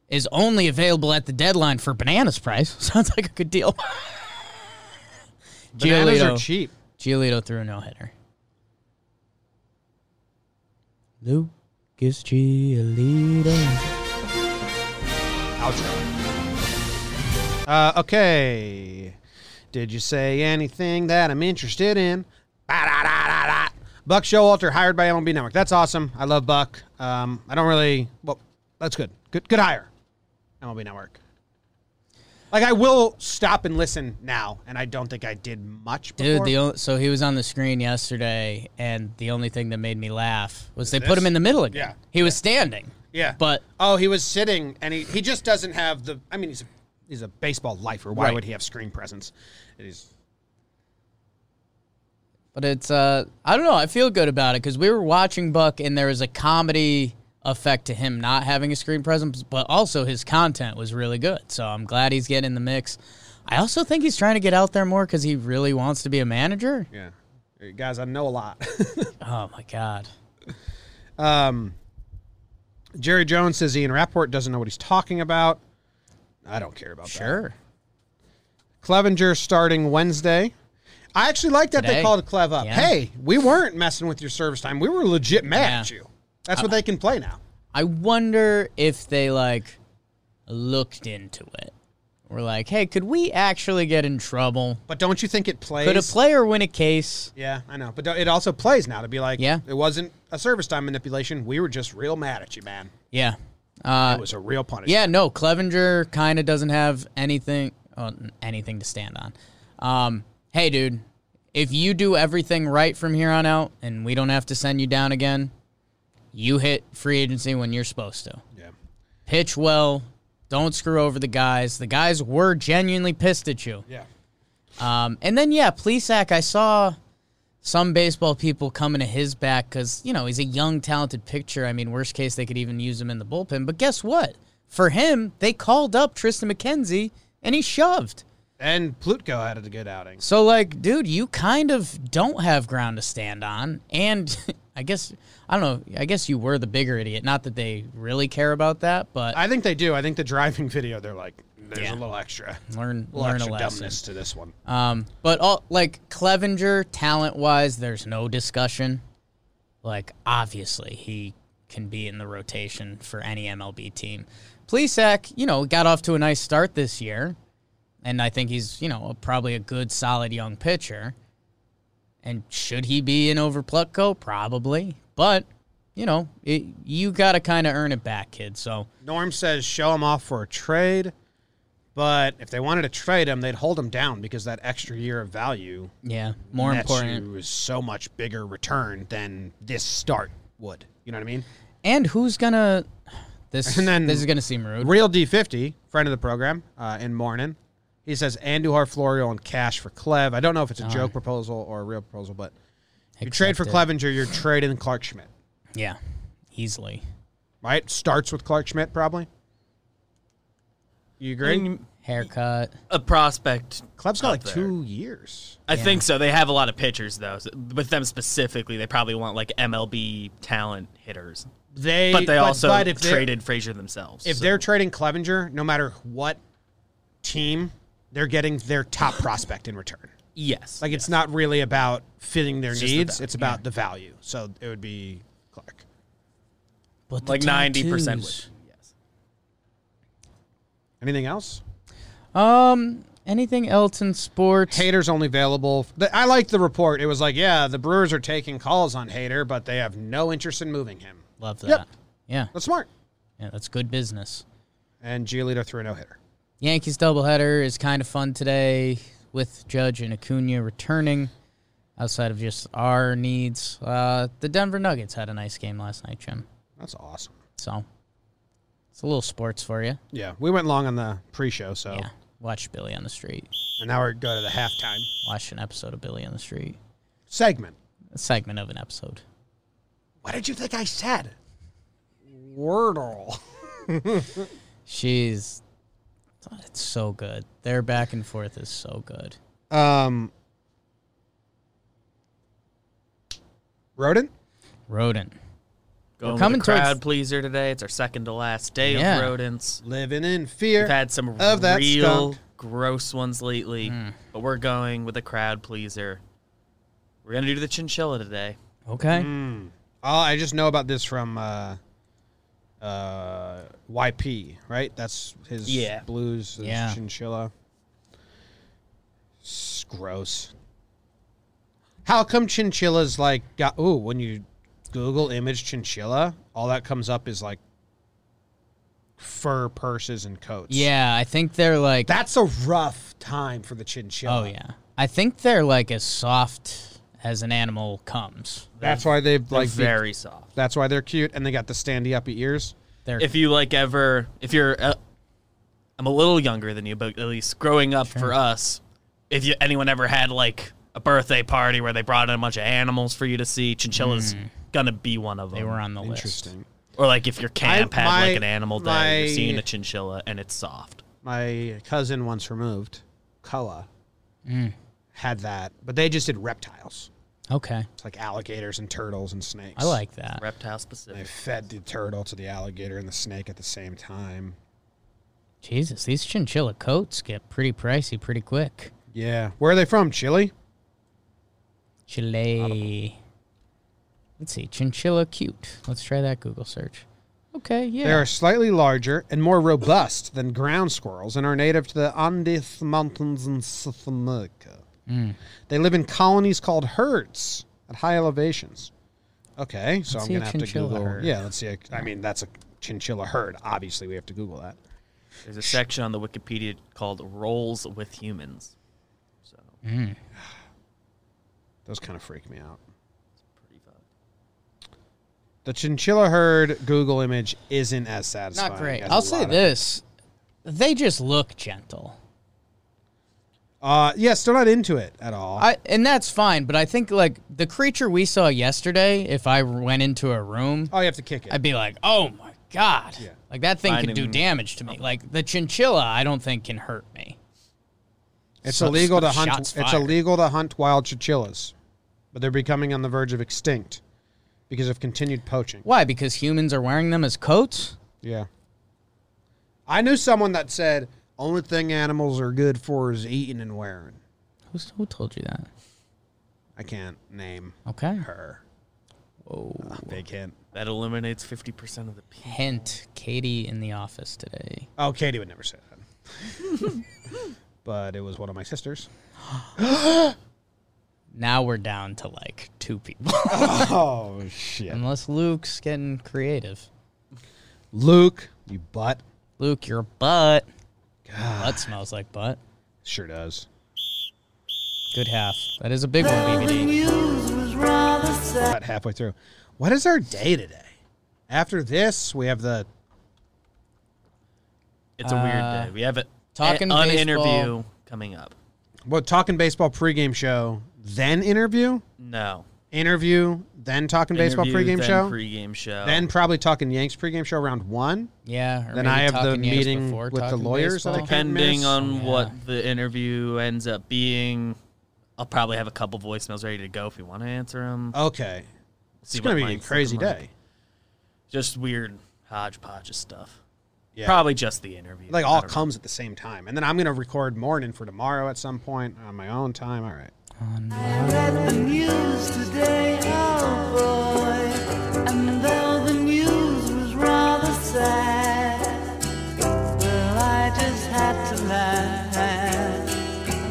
Speaker 2: is only available at the deadline for bananas price. Sounds like a good deal.
Speaker 1: Bananas are
Speaker 2: Giolito.
Speaker 1: cheap.
Speaker 2: Giolito threw a no hitter. Lucas Giolito.
Speaker 1: Uh, okay. Did you say anything that I'm interested in? Ba-da-da-da-da. Buck Showalter hired by MLB Network. That's awesome. I love Buck. Um, I don't really. Well, that's good. Good. Good hire. MLB Network. Like I will stop and listen now, and I don't think I did much. Before.
Speaker 2: Dude, the o- so he was on the screen yesterday, and the only thing that made me laugh was they put him in the middle again.
Speaker 1: Yeah.
Speaker 2: He was standing.
Speaker 1: yeah,
Speaker 2: But
Speaker 1: oh, he was sitting, and he, he just doesn't have the. I mean, he's a, he's a baseball lifer. Why
Speaker 2: Right.
Speaker 1: would he have screen presence? It is
Speaker 2: But it's uh, I don't know. I feel good about it because we were watching Buck, and there was a comedy effect to him not having a screen presence, but also his content was really good. So I'm glad he's getting in the mix. I also think he's trying to get out there more because he really wants to be a manager.
Speaker 1: yeah, guys. I know a lot.
Speaker 2: Oh my god.
Speaker 1: Um, Jerry Jones says Ian Rapport doesn't know what he's talking about. I don't care about that.
Speaker 2: Sure.
Speaker 1: Clevenger starting Wednesday. I actually like that they
Speaker 2: Today.
Speaker 1: called Clev up.
Speaker 2: Yeah.
Speaker 1: Hey, we weren't messing with your service time. We were legit mad at
Speaker 2: Yeah.
Speaker 1: you. That's what they can play now.
Speaker 2: I wonder if they like looked into it. We're like, hey, could we actually get in trouble?
Speaker 1: But don't you think it plays?
Speaker 2: Could a player win a case?
Speaker 1: Yeah, I know. But don't- it also plays now to be like,
Speaker 2: Yeah.
Speaker 1: it wasn't a service time manipulation. We were just real mad at you, man.
Speaker 2: Yeah. Uh,
Speaker 1: It was a real punishment.
Speaker 2: Yeah, no, Clevenger kind of doesn't have anything uh, anything to stand on. Um, hey, dude, if you do everything right from here on out, and we don't have to send you down again, you hit free agency when you're supposed to.
Speaker 1: Yeah.
Speaker 2: Pitch well. Don't screw over the guys. The guys were genuinely pissed at you.
Speaker 1: Yeah.
Speaker 2: Um, and then yeah, Plesac, I saw some baseball people coming to his back because you know he's a young, talented pitcher. I mean, worst case they could even use him in the bullpen. But guess what? For him, they called up Tristan McKenzie and he shoved.
Speaker 1: And Plutko had a good outing.
Speaker 2: So like, dude, you kind of don't have ground to stand on. And I guess I don't know. I guess you were the bigger idiot. Not that they really care about that, but
Speaker 1: I think they do. I think the driving video, they're like, there's
Speaker 2: Yeah.
Speaker 1: a little extra.
Speaker 2: learn
Speaker 1: little
Speaker 2: learn a
Speaker 1: extra
Speaker 2: lesson.
Speaker 1: dumbness to this one.
Speaker 2: Um, but all like Clevenger, talent wise, there's no discussion. Like obviously, he can be in the rotation for any MLB team. Plesac, you know, got off to a nice start this year, and I think he's you know probably a good, solid young pitcher. And should he be in over Plutko? Probably, but you know, it, you got to kind of earn it back, kid. So
Speaker 1: Norm says show him off for a trade, but if they wanted to trade him, they'd hold him down because that extra year of value
Speaker 2: yeah, more
Speaker 1: nets
Speaker 2: important.
Speaker 1: you is so much bigger return than this start would. You know what I mean?
Speaker 2: And who's gonna? This
Speaker 1: And then-
Speaker 2: this is gonna seem rude.
Speaker 1: Real D50, friend of the program uh, in Morning, he says Andujar, Florio, and Cash for Clev. I don't know if it's a joke proposal or a real proposal, but you trade for
Speaker 2: Accepted.
Speaker 1: Clevenger, you're trading Clark Schmidt,
Speaker 2: Yeah, easily.
Speaker 1: right? Starts with Clark Schmidt, probably. You agree?
Speaker 2: Haircut.
Speaker 3: a prospect.
Speaker 1: Clev's got
Speaker 3: out
Speaker 1: like
Speaker 3: there.
Speaker 1: two years.
Speaker 3: I think so. They have a lot of pitchers though. So with them specifically, they probably want like MLB talent hitters.
Speaker 1: They,
Speaker 3: But they also
Speaker 1: but if they're-
Speaker 3: traded Frazier themselves.
Speaker 1: If
Speaker 3: so-
Speaker 1: they're trading Clevenger, no matter what team, they're getting their top prospect in return.
Speaker 3: yes,
Speaker 1: Like it's not really about fitting their
Speaker 3: just the
Speaker 1: needs;
Speaker 3: value.
Speaker 1: it's about the value. So it would be Clark.
Speaker 2: But
Speaker 3: like ninety percent. Yes.
Speaker 1: Anything else?
Speaker 2: Um, anything else in sports?
Speaker 1: Haters only available. The- I liked the report. It was like, yeah, the Brewers are taking calls on Hater, but they have no interest in moving him.
Speaker 2: Love that.
Speaker 1: Yep.
Speaker 2: Yeah,
Speaker 1: That's smart.
Speaker 2: yeah, that's good business.
Speaker 1: And Giolito threw a no hitter.
Speaker 2: Yankees doubleheader is kind of fun today with Judge and Acuna returning. Outside of just our needs, uh, the Denver Nuggets had a nice game last night, Jim.
Speaker 1: That's awesome.
Speaker 2: So it's a little sports for you.
Speaker 1: Yeah, we went long on the pre-show, so
Speaker 2: Yeah, watch Billy on the Street.
Speaker 1: and now we're go to the halftime
Speaker 2: Watch an episode of Billy on the Street.
Speaker 1: segment.
Speaker 2: A segment of an episode.
Speaker 1: What did you think I said? Wordle.
Speaker 2: She's. God, It's so good. Their back and forth is so good.
Speaker 1: Um, Rodent?
Speaker 2: Rodent.
Speaker 3: Going with
Speaker 2: coming
Speaker 3: a
Speaker 2: towards-
Speaker 3: crowd pleaser today. It's our second to last day
Speaker 2: Yeah.
Speaker 3: of rodents.
Speaker 1: Living in fear.
Speaker 3: We've had some
Speaker 1: of that
Speaker 3: real
Speaker 1: skunk.
Speaker 3: gross ones lately,
Speaker 2: Hmm.
Speaker 3: but we're going with a crowd pleaser. We're gonna do the chinchilla today.
Speaker 2: Okay.
Speaker 3: Mm.
Speaker 1: All I just know about this from uh, uh, YP, right? That's his
Speaker 3: Yeah.
Speaker 1: blues, his
Speaker 2: Yeah.
Speaker 1: chinchilla. It's gross. How come chinchillas like got ooh, when you Google image chinchilla, all that comes up is like fur purses and coats.
Speaker 2: Yeah, I think they're like.
Speaker 1: That's a rough time for the chinchilla.
Speaker 2: oh yeah, I think they're like as soft as an animal comes.
Speaker 1: That's why they've
Speaker 3: Like
Speaker 1: like be-
Speaker 3: very soft.
Speaker 1: that's why they're cute and they got the standy uppy ears.
Speaker 2: They're
Speaker 3: If you like ever, if you're, uh, I'm a little younger than you, but at least growing up for us, if you anyone ever had like a birthday party where they brought in a bunch of animals for you to see, chinchilla's gonna be one of them.
Speaker 2: Hmm. they were on the list.
Speaker 1: Interesting.
Speaker 3: Or like if your camp had
Speaker 1: my-
Speaker 3: like an animal day,
Speaker 1: my-
Speaker 3: you're seeing a chinchilla and it's soft.
Speaker 1: my cousin once removed, Koa,
Speaker 2: Mm.
Speaker 1: had that, but they just did reptiles.
Speaker 2: Okay,
Speaker 1: It's like alligators and turtles and snakes.
Speaker 2: I like that.
Speaker 3: Reptile
Speaker 1: They
Speaker 3: specific.
Speaker 1: fed the turtle to the alligator and the snake at the same time.
Speaker 2: Jesus, these chinchilla coats get pretty pricey pretty quick.
Speaker 1: Yeah, where are they from? Chile.
Speaker 2: Chile. Let's see, chinchilla cute. Let's try that Google search. Okay, yeah.
Speaker 1: They are slightly larger and more robust than ground squirrels and are native to the Andes Mountains in South America.
Speaker 2: Mm.
Speaker 1: They live in colonies called herds at high elevations. Okay, so
Speaker 2: Let's
Speaker 1: I'm
Speaker 2: see a
Speaker 1: going to have to
Speaker 2: chinchilla
Speaker 1: Google.
Speaker 2: herd.
Speaker 1: Yeah, let's see. a- I mean, that's a chinchilla herd. Obviously, we have to Google that.
Speaker 3: There's a section on the Wikipedia called "Roles with Humans." So
Speaker 1: Those kind of freak me out.
Speaker 3: pretty fun.
Speaker 1: The chinchilla herd Google image isn't as satisfying.
Speaker 2: not great.
Speaker 1: as a
Speaker 2: I'll say
Speaker 1: lot of-
Speaker 2: this. They just look gentle.
Speaker 1: Uh, yeah, still not into it at all.
Speaker 2: I and that's fine, but I think like the creature we saw yesterday, if I went into a room,
Speaker 1: oh, you have to kick it.
Speaker 2: I'd be like, "Oh my god."
Speaker 1: Yeah.
Speaker 2: Like that thing could do
Speaker 3: Finding-
Speaker 2: damage to me. Like the chinchilla I don't think can hurt me.
Speaker 1: it's
Speaker 2: so-
Speaker 1: illegal to hunt.
Speaker 2: shots
Speaker 1: It's
Speaker 2: fired.
Speaker 1: illegal to hunt wild chinchillas, but they're becoming on the verge of extinct because of continued poaching.
Speaker 2: Why? Because humans are wearing them as coats?
Speaker 1: Yeah. I knew someone that said only thing animals are good for is eating and wearing.
Speaker 2: Who's, who told you that?
Speaker 1: I can't name
Speaker 2: Okay.
Speaker 1: her. Whoa. Big hint.
Speaker 3: That eliminates fifty percent of the people.
Speaker 2: Hint, Katie in the office today.
Speaker 1: Oh, Katie would never say that. but it was one of my sisters.
Speaker 2: Now we're down to like two people.
Speaker 1: Oh shit.
Speaker 2: Unless Luke's getting creative.
Speaker 1: Luke, you butt.
Speaker 2: Luke, your butt. Butt smells like butt.
Speaker 1: Sure does.
Speaker 2: Good half. That is a big one, BBD.
Speaker 1: About halfway through. What is our day today? After this, we have the
Speaker 3: It's a
Speaker 2: Uh,
Speaker 3: weird day. We have a,
Speaker 2: talking
Speaker 3: an
Speaker 2: baseball.
Speaker 3: interview coming up.
Speaker 1: well talking baseball pregame show, then interview,
Speaker 3: No.
Speaker 1: interview, then talking baseball
Speaker 3: Interview,
Speaker 1: pregame
Speaker 3: then oh.
Speaker 1: show,
Speaker 3: Pregame show.
Speaker 1: then probably talking Yanks pregame show round one.
Speaker 2: Yeah. or
Speaker 1: Then
Speaker 2: maybe
Speaker 1: I have the
Speaker 2: talking years
Speaker 1: meeting
Speaker 2: before
Speaker 1: with the
Speaker 2: talking
Speaker 1: lawyers that I
Speaker 2: baseball.
Speaker 1: can't-
Speaker 3: depending
Speaker 1: miss.
Speaker 3: on
Speaker 2: Yeah.
Speaker 3: what the interview ends up being, I'll probably have a couple voicemails ready to go if you want to answer them.
Speaker 1: Okay.
Speaker 3: See
Speaker 1: it's gonna
Speaker 3: what
Speaker 1: be a
Speaker 3: mine's
Speaker 1: crazy
Speaker 3: looking
Speaker 1: day.
Speaker 3: like. Just weird hodgepodge of stuff.
Speaker 1: Yeah.
Speaker 3: Probably just the interview.
Speaker 1: Like
Speaker 3: I
Speaker 1: all
Speaker 3: don't know.
Speaker 1: comes at the same time. And then I'm gonna record morning for tomorrow at some point on my own time. All right.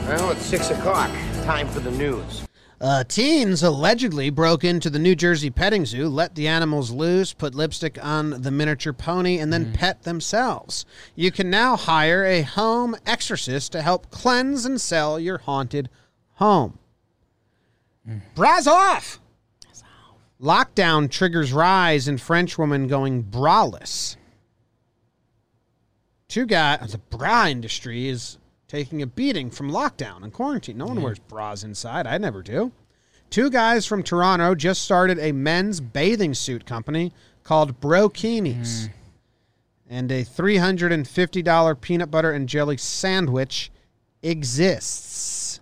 Speaker 7: Well, it's six o'clock. Time for the news.
Speaker 1: Uh, teens allegedly broke into the New Jersey petting zoo, let the animals loose, put lipstick on the miniature pony, and then pet themselves. You can now hire a home exorcist to help cleanse and sell your haunted home. Bras off! Lockdown triggers rise in French woman going braless. Two guys, the bra industry is taking a beating from lockdown and quarantine. No one wears bras inside. I never do. Two guys from Toronto just started a men's bathing suit company called Brokinis and a $350 peanut butter and jelly sandwich exists.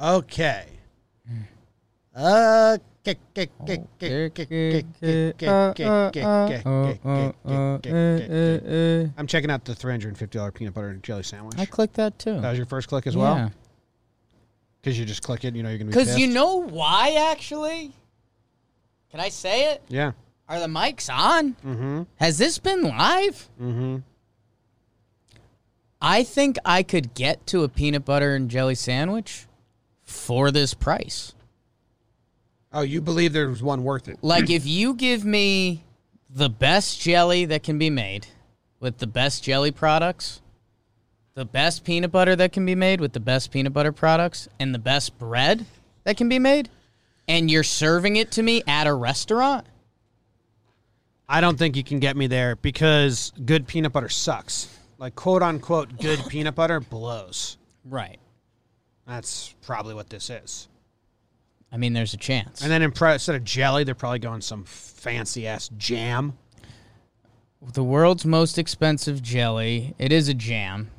Speaker 1: Okay. Uh, kick, kick, kick, kick, kick, kick, kick, kick, kick, kick, kick, kick, kick, kick, kick, kick.
Speaker 2: I
Speaker 1: I'm checking out the $350 peanut butter and jelly sandwich.
Speaker 2: clicked that too.
Speaker 1: That was your first click as
Speaker 2: Yeah.
Speaker 1: well? Because you just click it and you know you're going to be
Speaker 2: Because
Speaker 1: pissed?
Speaker 2: you know why, actually? Can I say it?
Speaker 1: Yeah.
Speaker 2: Are the mics on?
Speaker 1: Mm-hmm.
Speaker 2: Has this been live?
Speaker 1: Mm-hmm.
Speaker 2: I think I could get to a peanut butter and jelly sandwich for this price.
Speaker 1: Oh, you believe there's one worth it?
Speaker 2: Like, if you give me the best jelly that can be made with the best jelly products, the best peanut butter that can be made with the best peanut butter products, and the best bread that can be made, and you're serving it to me at a restaurant,
Speaker 1: I don't think you can get me there because good peanut butter sucks. Like, quote unquote, good peanut butter blows.
Speaker 2: right?
Speaker 1: That's probably what this is.
Speaker 2: I mean, there's a chance.
Speaker 1: And then in pro- instead of jelly, they're probably going some fancy ass jam.
Speaker 2: the world's most expensive jelly. It is a jam.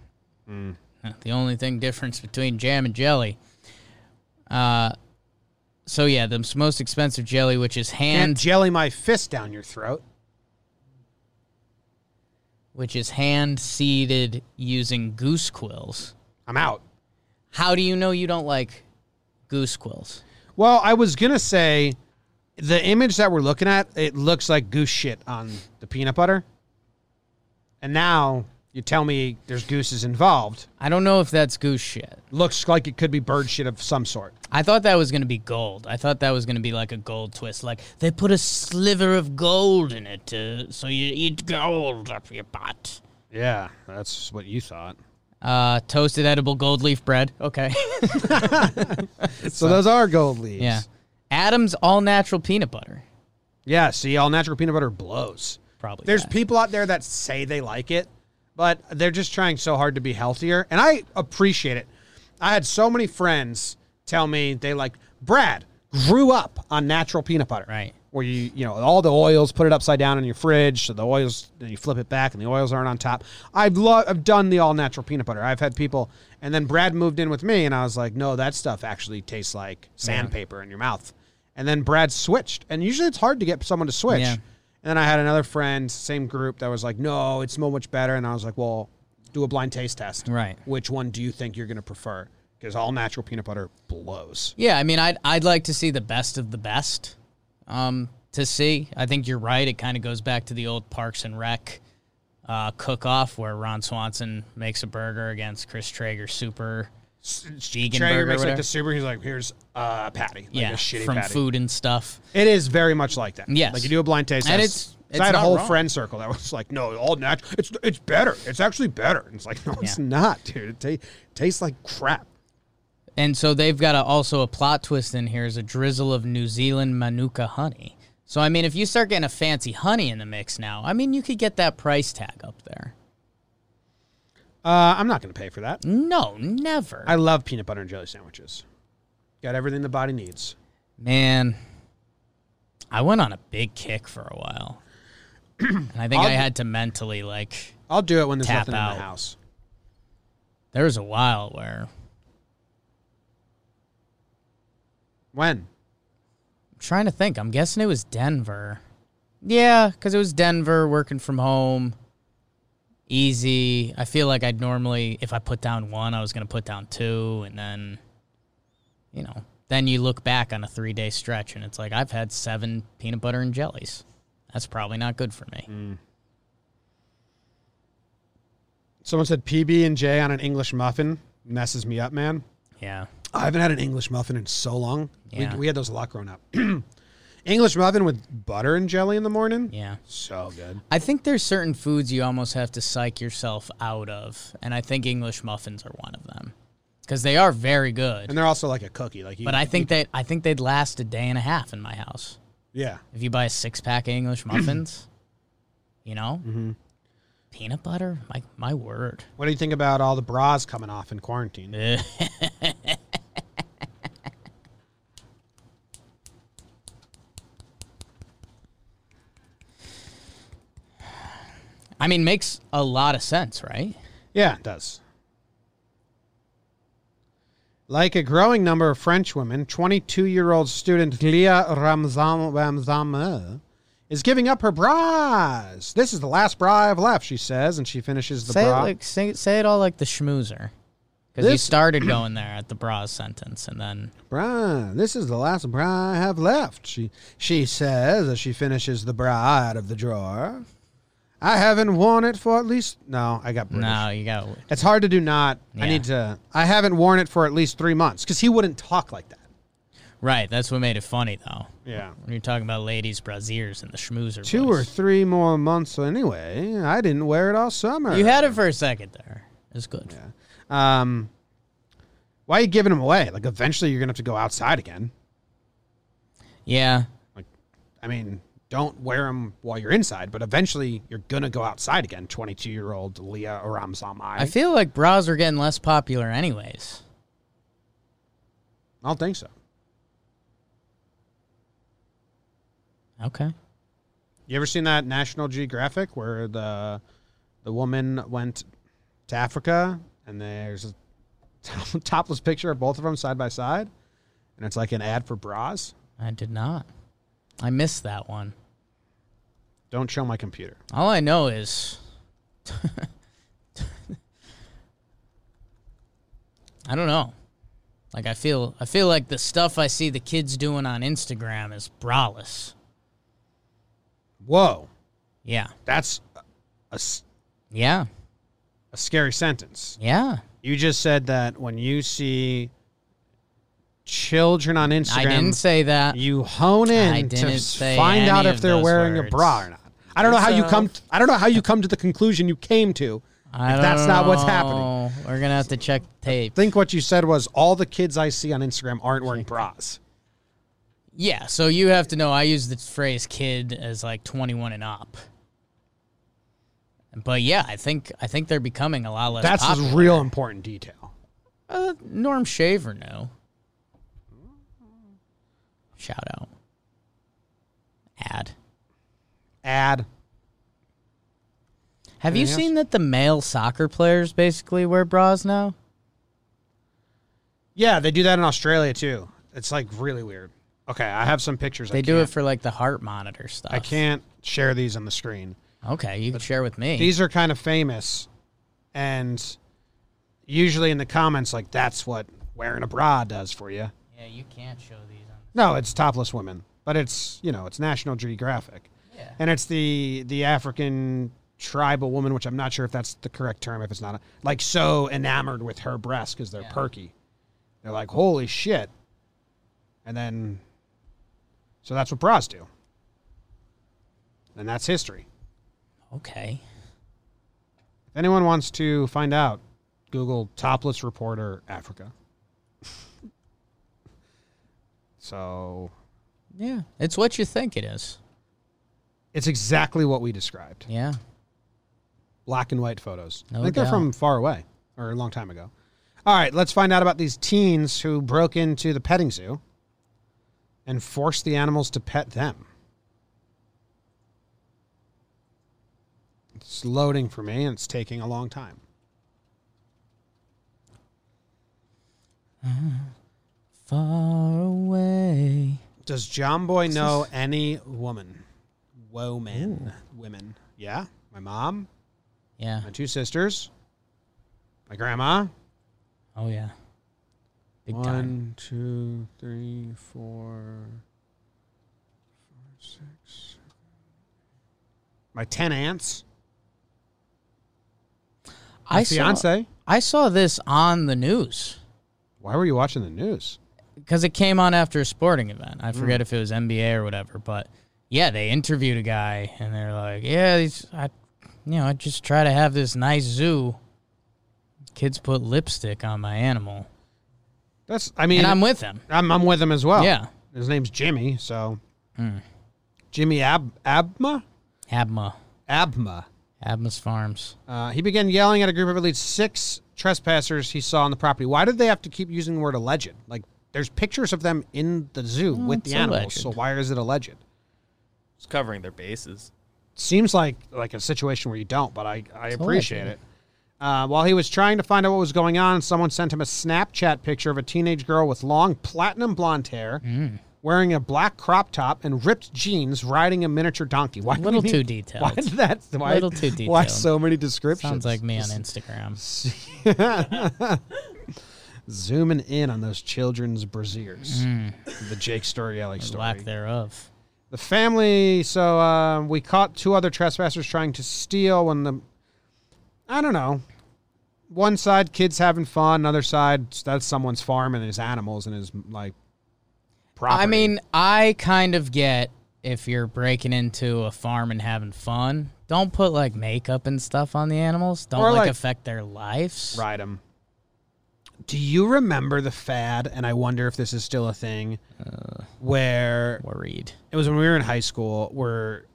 Speaker 2: The only thing difference between jam and jelly. Uh, so yeah, the most expensive jelly, which is
Speaker 1: And
Speaker 2: hand,
Speaker 1: jelly my fist down your throat.
Speaker 2: which is hand seeded using goose quills.
Speaker 1: I'm out.
Speaker 2: How do you know you don't like goose quills?
Speaker 1: Well, I was gonna say the image that we're looking at, it looks like goose shit on the peanut butter. And now you tell me there's gooses involved.
Speaker 2: I don't know if that's goose shit.
Speaker 1: Looks like it could be bird shit of some sort.
Speaker 2: I thought that was gonna be gold. I thought that was gonna be like a gold twist. Like they put a sliver of gold in it, uh, so you eat gold up your butt.
Speaker 1: Yeah, that's what you thought.
Speaker 2: Uh, toasted edible gold leaf bread. Okay.
Speaker 1: So those are gold leaves.
Speaker 2: yeah. Adam's all natural peanut butter.
Speaker 1: Yeah, see, all natural peanut butter blows.
Speaker 2: Probably
Speaker 1: There's
Speaker 2: that.
Speaker 1: people out there that say they like it, but they're just trying so hard to be healthier. And I appreciate it. I had so many friends tell me they like Brad grew up on natural peanut butter.
Speaker 2: Right.
Speaker 1: Where you, you know, all the oils, put it upside down in your fridge. So the oils, then you flip it back and the oils aren't on top. I've, lo- I've done the all natural peanut butter. I've had people, and then Brad moved in with me and I was like, no, that stuff actually tastes like sandpaper in your mouth. And then Brad switched. And usually it's hard to get someone to switch.
Speaker 2: Yeah.
Speaker 1: And then I had another friend, same group, that was like, no, it's so much better. And I was like, well, do a blind taste test.
Speaker 2: Right.
Speaker 1: Which one do you think you're going to prefer? Because all natural peanut butter blows.
Speaker 2: Yeah, I mean, I'd I'd like to see the best of the best. Um, to see, I think you're right. It kind of goes back to the old Parks and Rec uh, cook-off where Ron Swanson makes a burger against Chris Traeger super vegan
Speaker 1: Traeger makes
Speaker 2: burger. whatever.
Speaker 1: like the super, he's like, here's a patty. Like
Speaker 2: yeah,
Speaker 1: a shitty
Speaker 2: from
Speaker 1: patty.
Speaker 2: food and stuff.
Speaker 1: It is very much like that.
Speaker 2: Yes.
Speaker 1: Like you do a blind taste
Speaker 2: And
Speaker 1: test.
Speaker 2: it's-
Speaker 1: 'Cause
Speaker 2: it's
Speaker 1: I had a
Speaker 2: not
Speaker 1: whole
Speaker 2: wrong.
Speaker 1: friend circle that was like, no, all natural. It's, it's better. It's actually better. And it's like, no, it's
Speaker 2: Yeah.
Speaker 1: not, dude. It ta- tastes like crap.
Speaker 2: And so they've got a, also a plot twist in here is a drizzle of New Zealand Manuka honey. So I mean, if you start getting a fancy honey in the mix now, I mean, you could get that price tag up there.
Speaker 1: Uh, I'm not going to pay for that.
Speaker 2: No, never.
Speaker 1: I love peanut butter and jelly sandwiches. Got everything the body needs.
Speaker 2: Man, I went on a big kick for a while, and I think
Speaker 1: I'll
Speaker 2: I
Speaker 1: be-
Speaker 2: had to mentally like.
Speaker 1: I'll do it when there's
Speaker 2: Tap
Speaker 1: nothing in
Speaker 2: out.
Speaker 1: the house.
Speaker 2: There was a while where
Speaker 1: When?
Speaker 2: I'm trying to think. I'm guessing it was Denver. Yeah, because it was Denver working from home. Easy. I feel like I'd normally, if I put down one, I was going to put down two. And then, you know, then you look back on a three day stretch and it's like, I've had seven peanut butter and jellies. That's probably not good for me.
Speaker 1: Someone said PB and J on an English muffin messes me up, man.
Speaker 2: Yeah.
Speaker 1: I haven't had an English muffin in so long.
Speaker 2: Yeah.
Speaker 1: We, we had those a lot growing up. English muffin with butter and jelly in the morning.
Speaker 2: Yeah.
Speaker 1: So good.
Speaker 2: I think there's certain foods you almost have to psych yourself out of. And I think English muffins are one of them because they are very good.
Speaker 1: And they're also like a cookie. Like you,
Speaker 2: But I think that I think they'd last a day and a half in my house.
Speaker 1: yeah.
Speaker 2: If you buy a six pack of English muffins, you know,
Speaker 1: Mm-hmm.
Speaker 2: peanut butter. My my word.
Speaker 1: What do you think about all the bras coming off in quarantine?
Speaker 2: I mean, makes a lot of sense, right?
Speaker 1: Yeah, it does. Like a growing number of French women, 22 year old student Leah Ramzam, Ramzam uh, is giving up her bras. This is the last bra I've left, she says, and she finishes the
Speaker 2: say it
Speaker 1: bra.
Speaker 2: like say, say it all like the schmoozer, because you
Speaker 1: This-
Speaker 2: started going there at the bras sentence, and then
Speaker 1: bra. This is the last bra I have left, she, she says as she finishes the bra out of the drawer. I haven't worn it for at least. No, I got British.
Speaker 2: no, you got
Speaker 1: It's hard to do not. I
Speaker 2: Yeah.
Speaker 1: need to. I haven't worn it for at least three months because he wouldn't talk like that.
Speaker 2: right. That's what made it funny though.
Speaker 1: Yeah.
Speaker 2: When you're talking about ladies' brasiers and the schmoozer,
Speaker 1: Two or
Speaker 2: voice.
Speaker 1: three more months anyway. I didn't wear it all summer.
Speaker 2: You had it for a second there. It's good.
Speaker 1: Um, why are you giving them away? Like, eventually you're going to have to go outside again.
Speaker 2: Yeah.
Speaker 1: I mean, don't wear them while you're inside, but eventually you're going to go outside again. 22 year old Leah Aramzamai.
Speaker 2: I feel like bras are getting less popular, anyways.
Speaker 1: I don't think so.
Speaker 2: Okay.
Speaker 1: You ever seen that National Geographic where the the woman went to Africa and there's a top- topless picture of both of them side by side, and it's like an ad for bras?
Speaker 2: I did not. I missed that one.
Speaker 1: Don't show my computer.
Speaker 2: All I know is. I don't know. Like I feel I feel like the stuff I see the kids doing on Instagram is braless.
Speaker 1: Whoa,
Speaker 2: Yeah.
Speaker 1: that's a- a, s-
Speaker 2: Yeah.
Speaker 1: a scary sentence.
Speaker 2: Yeah.
Speaker 1: You just said that when you see children on Instagram,
Speaker 2: I didn't say that.
Speaker 1: you hone
Speaker 2: I
Speaker 1: in
Speaker 2: didn't
Speaker 1: to
Speaker 2: say
Speaker 1: find out
Speaker 2: any
Speaker 1: if
Speaker 2: of
Speaker 1: they're
Speaker 2: those
Speaker 1: wearing a
Speaker 2: words.
Speaker 1: bra or not. I don't know how you come. I don't know how you come to the conclusion you came to.
Speaker 2: I
Speaker 1: if that's not what's
Speaker 2: don't
Speaker 1: happening.
Speaker 2: know. We're gonna have to check tape.
Speaker 1: think what you said was all the kids I see on Instagram aren't wearing bras.
Speaker 2: Yeah, so you have to know I use the phrase kid as like 21 and up. But yeah, I think I think they're becoming a lot less
Speaker 1: That's a
Speaker 2: popular.
Speaker 1: real important detail.
Speaker 2: Uh, Norm Shaver knew. Shout out. Ad.
Speaker 1: Ad.
Speaker 2: Have you
Speaker 1: Anything else?
Speaker 2: seen that the male soccer players basically wear bras now?
Speaker 1: Yeah, they do that in Australia too. It's like really weird. Okay, I have some pictures.
Speaker 2: They
Speaker 1: I
Speaker 2: do it
Speaker 1: can't-
Speaker 2: for like the heart monitor stuff.
Speaker 1: I can't share these on the screen.
Speaker 2: Okay, you can share with me.
Speaker 1: These are kind of famous, and usually in the comments, like that's what wearing a bra does for you.
Speaker 2: yeah, you can't show these on.
Speaker 1: No, it's topless women, but it's you know it's National Geographic, yeah. and it's the the African tribal woman, which I'm not sure if that's the correct term. If it's not, like so enamored with her breasts because they're perky, they're like holy shit, and then so that's what bras do, and that's history.
Speaker 2: Okay.
Speaker 1: If anyone wants to find out, Google topless reporter Africa. so
Speaker 2: Yeah, it's what you think it is.
Speaker 1: it's exactly what we described.
Speaker 2: Yeah.
Speaker 1: black and white photos. I
Speaker 2: No
Speaker 1: think they're
Speaker 2: doubt.
Speaker 1: from far away or a long time ago. All right, let's find out about these teens who broke into the petting zoo and forced the animals to pet them. It's loading for me and it's taking a long time.
Speaker 2: Far away.
Speaker 1: Does John Boy know any woman? Woman. Women. Yeah. My mom,
Speaker 2: Yeah.
Speaker 1: my two sisters, my grandma,
Speaker 2: Oh yeah. Big time.
Speaker 1: One, two, three, four, five, six, seven. My ten aunts. My
Speaker 2: I saw.
Speaker 1: fiance.
Speaker 2: I saw this on the news
Speaker 1: Why were you watching the news?
Speaker 2: because it came on after a sporting event.
Speaker 1: Mm.
Speaker 2: I forget if it was NBA or whatever, but yeah, they interviewed a guy and they're like, "Yeah, these, I, you know, I just try to have this nice zoo. Kids put lipstick on my animal,
Speaker 1: That's. I mean,
Speaker 2: and I'm with them.
Speaker 1: I'm, I'm with him as well.
Speaker 2: Yeah. Mm.
Speaker 1: His name's Jimmy. So. Jimmy Ab Abma
Speaker 2: Abma,
Speaker 1: Abma.
Speaker 2: Abma's Farms.
Speaker 1: Uh, he began yelling at a group of at least six trespassers he saw on the property. Why did they have to keep using the word alleged? Like, there's pictures of them in the zoo with the
Speaker 2: Oh, it's
Speaker 1: animals.
Speaker 2: alleged.
Speaker 1: So why is it alleged?
Speaker 3: It's covering their bases.
Speaker 1: seems like like a situation where you don't, but I I appreciate it. Uh, while he was trying to find out what was going on, someone sent him a Snapchat picture of a teenage girl with long platinum blonde hair,
Speaker 2: Mm.
Speaker 1: wearing a black crop top and ripped jeans, riding a miniature donkey. Why do we
Speaker 2: Little
Speaker 1: need-
Speaker 2: too detailed.
Speaker 1: Why did that? Why,
Speaker 2: Little too
Speaker 1: Why
Speaker 2: detailed.
Speaker 1: so many descriptions?
Speaker 2: Sounds like me on Instagram.
Speaker 1: Zooming in on those children's brasiers. The Jake Story Alley story.
Speaker 2: Mm. Lack thereof.
Speaker 1: The family. So uh, we caught two other trespassers trying to steal. When the, I don't know, one side kids having fun, another side that's someone's farm and his animals and his like. Property.
Speaker 2: I mean, I kind of get if you're breaking into a farm and having fun, don't put like makeup and stuff on the animals. Don't
Speaker 1: Or,
Speaker 2: like,
Speaker 1: like-
Speaker 2: affect their lives.
Speaker 1: ride him. Do you remember the fad? And I wonder if this is still a thing,
Speaker 2: Uh.
Speaker 1: where
Speaker 2: Worried.
Speaker 1: it was when we were in high school where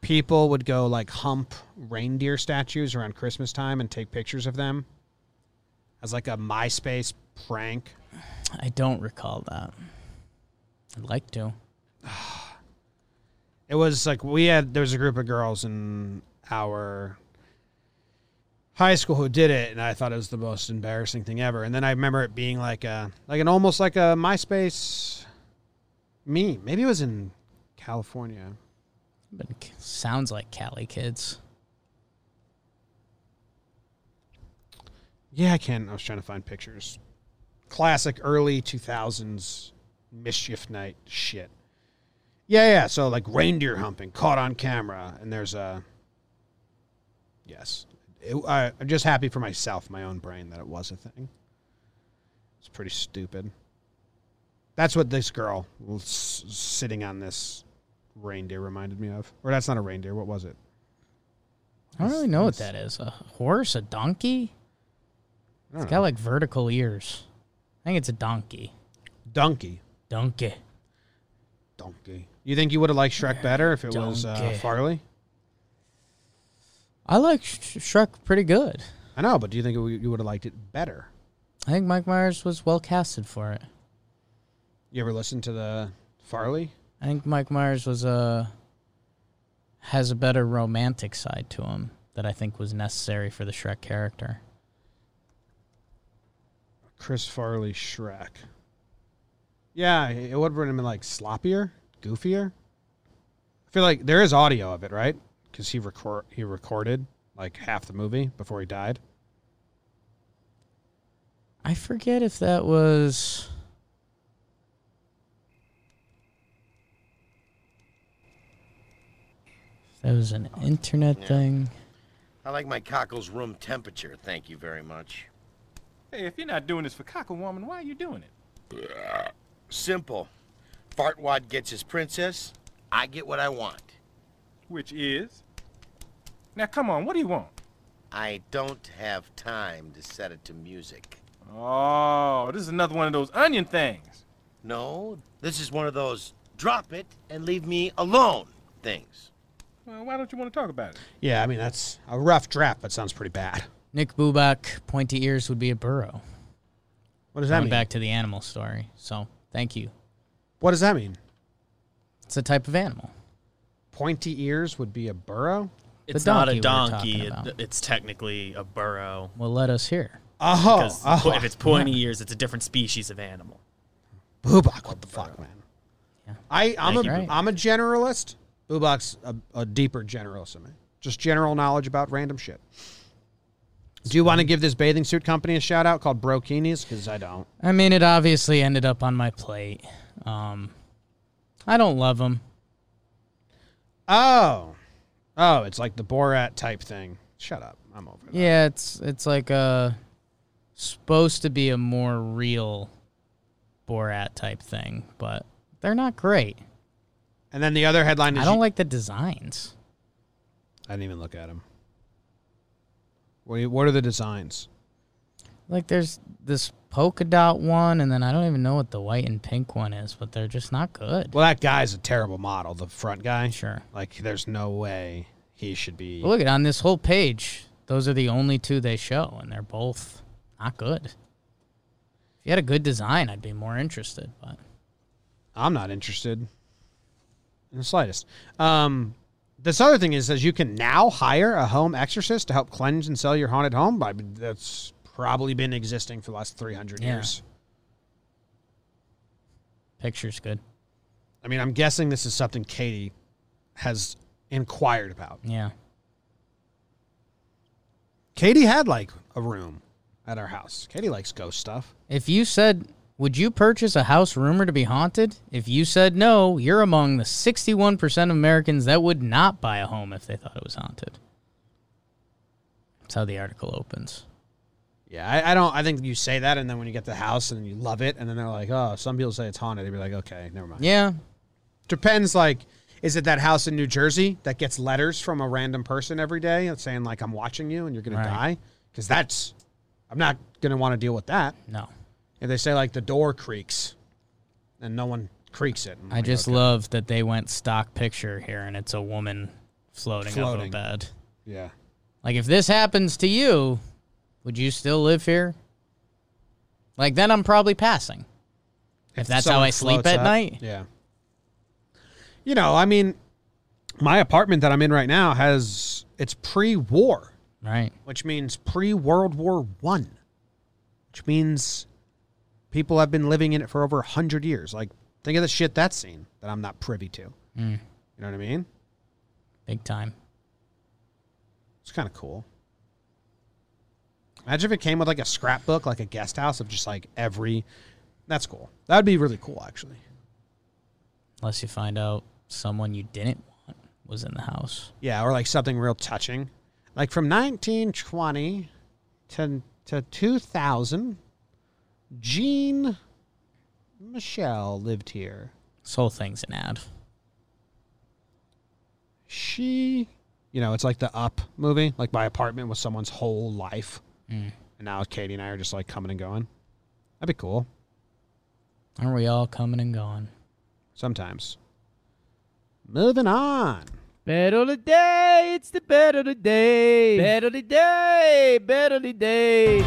Speaker 1: people would go like hump reindeer statues around Christmas time and take pictures of them as like a MySpace prank.
Speaker 2: I don't recall that. I'd like to.
Speaker 1: It was like we had there was a group of girls in our high school who did it, and I thought it was the most embarrassing thing ever. And then I remember it being like a like an almost like a MySpace meme. Maybe it was in California.
Speaker 2: But it sounds like Cali kids.
Speaker 1: Yeah, I can. I was trying to find pictures. Classic early 2000s mischief night shit. Yeah, yeah. So like reindeer humping caught on camera, and there's a. Yes, It- I, I'm just happy for myself, my own brain, that it was a thing. It's pretty stupid. That's what this girl was s- sitting on this reindeer reminded me of. Or that's not a reindeer. What was it?
Speaker 2: I don't really know what that is. A horse? A donkey?
Speaker 1: Hmm.
Speaker 2: It's got like vertical ears. I think it's a donkey.
Speaker 1: Donkey.
Speaker 2: Donkey.
Speaker 1: Donkey. You think you would have liked Shrek better if it was uh,
Speaker 2: Donkey.
Speaker 1: Farley?
Speaker 2: I like Sh- Shrek pretty good.
Speaker 1: I know, but do you think it, w- you would have liked it better?
Speaker 2: I think Mike Myers was well casted for it.
Speaker 1: You ever listen to the Farley?
Speaker 2: I think Mike Myers was a has a better romantic side to him that I think was necessary for the Shrek character.
Speaker 1: Chris Farley Shrek. Yeah, it would have been like sloppier, goofier. I feel like there is audio of it, right? Because he record he recorded like half the movie before he died.
Speaker 2: I forget if that was if that was an internet thing.
Speaker 7: I like my cockles room temperature, thank you very much.
Speaker 8: Hey, if you're not doing this for Cockle Woman, why are you doing it?
Speaker 7: Simple. Fartwad gets his princess, I get what I want.
Speaker 8: Which is? Now, come on, what do you want?
Speaker 7: I don't have time to set it to music.
Speaker 8: Oh, this is another one of those onion things.
Speaker 7: No, this is one of those drop it and leave me alone things.
Speaker 8: Well, why don't you want to talk about it?
Speaker 1: Yeah, I mean that's a rough draft, but sounds pretty bad.
Speaker 2: Nick Bubak, pointy ears would be a burrow.
Speaker 1: What does that
Speaker 2: Going
Speaker 1: mean?
Speaker 2: back to the animal story. So thank you.
Speaker 1: What does that mean?
Speaker 2: It's a type of animal.
Speaker 1: Pointy ears would be a burrow.
Speaker 3: It's not
Speaker 2: donkey
Speaker 3: a
Speaker 2: we
Speaker 3: donkey.
Speaker 2: were talking
Speaker 3: It, it's technically a burrow.
Speaker 2: Well, let us hear.
Speaker 1: Oh,
Speaker 3: Because
Speaker 1: oh.
Speaker 3: if it's pointy ears, it's a different species of animal.
Speaker 1: Bubak, what the fuck, man? I I'm
Speaker 2: Thank
Speaker 1: a
Speaker 2: you.
Speaker 1: am a generalist. Bubak's a, a deeper generalist than me. Just general knowledge about random shit. Do you want to give this bathing suit company a shout out called Brokinis? Because I don't.
Speaker 2: I mean, it obviously ended up on my plate. Um, I don't love them.
Speaker 1: Oh, oh, it's like the Borat type thing. Shut up. I'm over. That.
Speaker 2: Yeah, it's it's like a supposed to be a more real Borat type thing, but they're not great.
Speaker 1: And then the other headline is
Speaker 2: I don't
Speaker 1: you-
Speaker 2: like the designs.
Speaker 1: I didn't even look at him. What do you- what are the designs?
Speaker 2: Like there's this polka dot one, and then I don't even know what the white and pink one is, but they're just not good.
Speaker 1: Well, that guy's a terrible model. The front guy.
Speaker 2: Sure.
Speaker 1: Like, there's no way he should be.
Speaker 2: But look at on this whole page, those are the only two they show, and they're both not good. If you had a good design, I'd be more interested, but.
Speaker 1: I'm not interested in the slightest. Um, This other thing is, is you can now hire a home exorcist to help cleanse and sell your haunted home. I mean, that's probably been existing for the last 300
Speaker 2: Yeah.
Speaker 1: years.
Speaker 2: Picture's good.
Speaker 1: I mean, I'm guessing this is something Katie has inquired about.
Speaker 2: Yeah.
Speaker 1: Katie had like a room at our house. Katie likes ghost stuff.
Speaker 2: If you said, would you purchase a house rumored to be haunted? If you said no, you're among the 61% of Americans that would not buy a home if they thought it was haunted. That's how the article opens.
Speaker 1: Yeah, I, I don't. I think you say that, and then when you get to the house and you love it, and then they're like, "Oh, some people say it's haunted." They'd be like, "Okay, never mind."
Speaker 2: Yeah.
Speaker 1: Depends. Like, is it that house in New Jersey that gets letters from a random person every day that's saying like, "I'm watching you and you're gonna die"?
Speaker 2: Right.
Speaker 1: Because that's, I'm not gonna want to deal with that.
Speaker 2: No.
Speaker 1: If they say like the door creaks, and no one creaks it, I'm
Speaker 2: I
Speaker 1: like,
Speaker 2: just
Speaker 1: okay.
Speaker 2: love that they went stock picture here and it's a woman floating,
Speaker 1: Floating.
Speaker 2: up a bed.
Speaker 1: yeah.
Speaker 2: Like if this happens to you, would you still live here? Like then I'm probably passing. If, that's how
Speaker 1: someone
Speaker 2: I sleep
Speaker 1: floats
Speaker 2: at
Speaker 1: up.
Speaker 2: night.
Speaker 1: Yeah. You know, I mean, my apartment that I'm in right now has it's pre-war,
Speaker 2: Right.
Speaker 1: which means pre-World War One, which means people have been living in it for over hundred years. Like, think of the shit that's seen that I'm not privy to. You know what I mean?
Speaker 2: Big time.
Speaker 1: It's kind of cool. Imagine if it came with like a scrapbook, like a guest house of just like every. That's cool. That would be really cool, actually.
Speaker 2: Unless you find out someone you didn't want was in the house.
Speaker 1: Yeah, or like something real touching. Like from 1920 to, to 2000, Jean Michelle lived here.
Speaker 2: This whole thing's an ad.
Speaker 1: She, you know, it's like the Up movie. Like my apartment was someone's whole life. And now Katie and I are just like coming and going. That'd be cool
Speaker 2: Aren't we all coming and going?
Speaker 1: sometimes. Moving on.
Speaker 2: Battle the day, it's the battle the day. Battle the day, battle the day.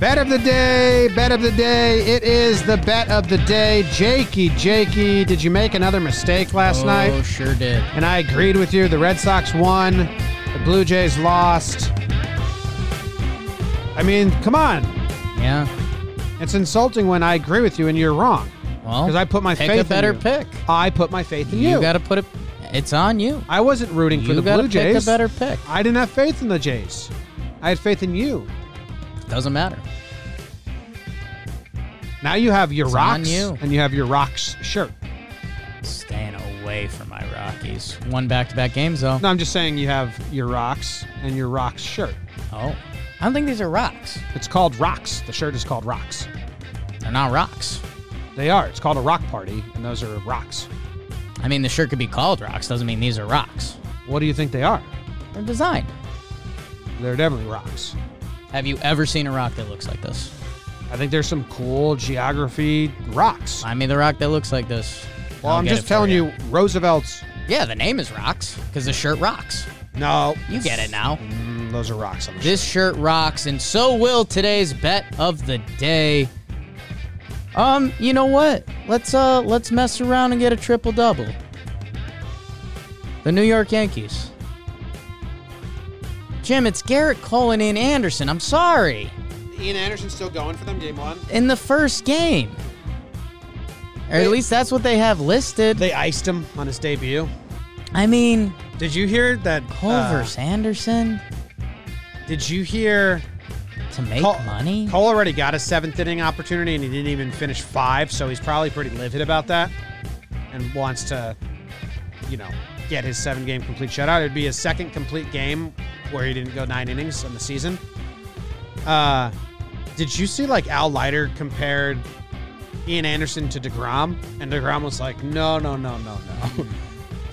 Speaker 1: Bet of the day, bet of the day. It is the bet of the day. Jakey, Jakey, did you make another mistake last night?
Speaker 2: Oh, sure did.
Speaker 1: and I agreed with you. The Red Sox won, the Blue Jays lost. I mean, come on.
Speaker 2: Yeah.
Speaker 1: It's insulting when I agree with you and you're wrong.
Speaker 2: Well,
Speaker 1: 'Cause I put my
Speaker 2: pick
Speaker 1: faith
Speaker 2: a
Speaker 1: in
Speaker 2: better
Speaker 1: you.
Speaker 2: pick.
Speaker 1: I put my faith in you.
Speaker 2: You got to put it. It's on you.
Speaker 1: I wasn't rooting for
Speaker 2: you
Speaker 1: the
Speaker 2: gotta
Speaker 1: Blue
Speaker 2: pick
Speaker 1: Jays.
Speaker 2: a better pick.
Speaker 1: I didn't have faith in the Jays. I had faith in you.
Speaker 2: Doesn't matter.
Speaker 1: Now you have your
Speaker 2: It's on
Speaker 1: rocks
Speaker 2: you.
Speaker 1: and you have your rocks shirt.
Speaker 2: Staying away from my Rockies. One back-to-back games though.
Speaker 1: No, I'm just saying you have your rocks and your rocks shirt.
Speaker 2: Oh, I don't think these are rocks.
Speaker 1: It's called rocks. The shirt is called rocks.
Speaker 2: They're not rocks.
Speaker 1: They are. It's called a rock party, and those are rocks.
Speaker 2: I mean, the shirt could be called rocks. Doesn't mean these are rocks.
Speaker 1: What do you think they are?
Speaker 2: They're designed.
Speaker 1: They're definitely rocks.
Speaker 2: Have you ever seen a rock that looks like this?
Speaker 1: I think there's some cool geography rocks.
Speaker 2: Find me the rock that looks like this.
Speaker 1: Well,
Speaker 2: I'll
Speaker 1: I'm
Speaker 2: get
Speaker 1: just
Speaker 2: it for
Speaker 1: telling you, Roosevelt's.
Speaker 2: Yeah, the name is rocks because the shirt rocks.
Speaker 1: No,
Speaker 2: You get it now.
Speaker 1: Mm, those are rocks. I'm
Speaker 2: This shirt rocks, and so will today's bet of the day. Um, you know what? Let's uh let's mess around and get a triple double. The New York Yankees. Jim, it's Garrett Cole and Ian Anderson. I'm sorry.
Speaker 1: Ian Anderson's still going for them game one.
Speaker 2: In the first game. Or at least that's what they have listed.
Speaker 1: They iced him on his debut.
Speaker 2: I mean,
Speaker 1: Did you hear that? uh,
Speaker 2: Cole versus Anderson
Speaker 1: did you hear?
Speaker 2: to make
Speaker 1: Cole,
Speaker 2: money.
Speaker 1: Cole already got a seventh inning opportunity, and he didn't even finish five, so he's probably pretty livid about that, and wants to, you know, get his seven game complete shutout. It'd be his second complete game where he didn't go nine innings on the season. Uh, did you see like Al Leiter compared Ian Anderson to Degrom, and Degrom was like, no, no, no, no, no,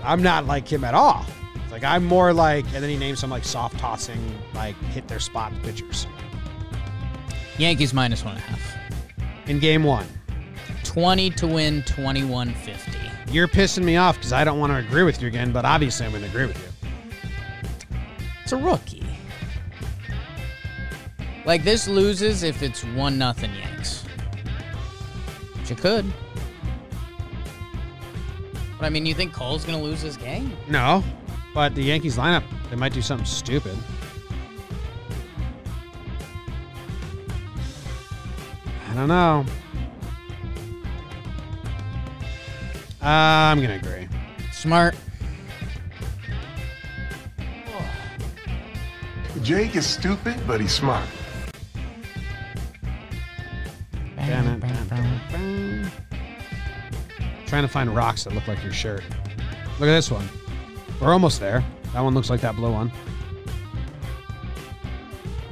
Speaker 1: I'm not like him at all. It's Like I'm more like, and then he named some like soft tossing, like hit their spot pitchers
Speaker 2: Yankees minus one and a half.
Speaker 1: in game one.
Speaker 2: 20 to win 2150.
Speaker 1: You're pissing me off because I don't want to agree with you again, but obviously I'm going to agree with you.
Speaker 2: It's a rookie. Like this loses if it's one nothing Yanks. Which it could. But I mean, you think Cole's gonna lose this game?
Speaker 1: No, but the Yankees lineup, they might do something stupid. I don't know. Uh, I'm going to agree.
Speaker 2: Smart.
Speaker 9: Jake is stupid, but he's smart.
Speaker 1: Dun, dun, dun, dun. Trying to find rocks that look like your shirt. Look at this one. We're almost there. That one looks like that blue one.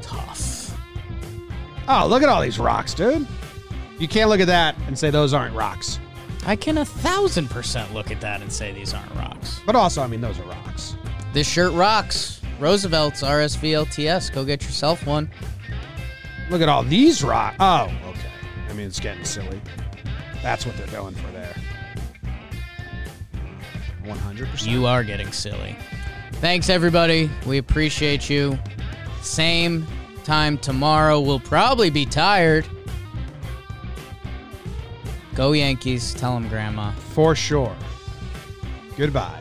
Speaker 2: Tough.
Speaker 1: Oh, look at all these rocks, dude. You can't look at that and say those aren't rocks.
Speaker 2: I can a thousand percent look at that and say these aren't rocks.
Speaker 1: But also, I mean, those are rocks.
Speaker 2: This shirt rocks. Roosevelt's RSVLTS. Go get yourself one.
Speaker 1: Look at all these rocks. Oh, okay. I mean, it's getting silly. That's what they're going for there. 100%.
Speaker 2: You are getting silly. Thanks, everybody. We appreciate you. Same time tomorrow. We'll probably be tired. Go Yankees. Tell them, Grandma.
Speaker 1: For sure. Goodbye.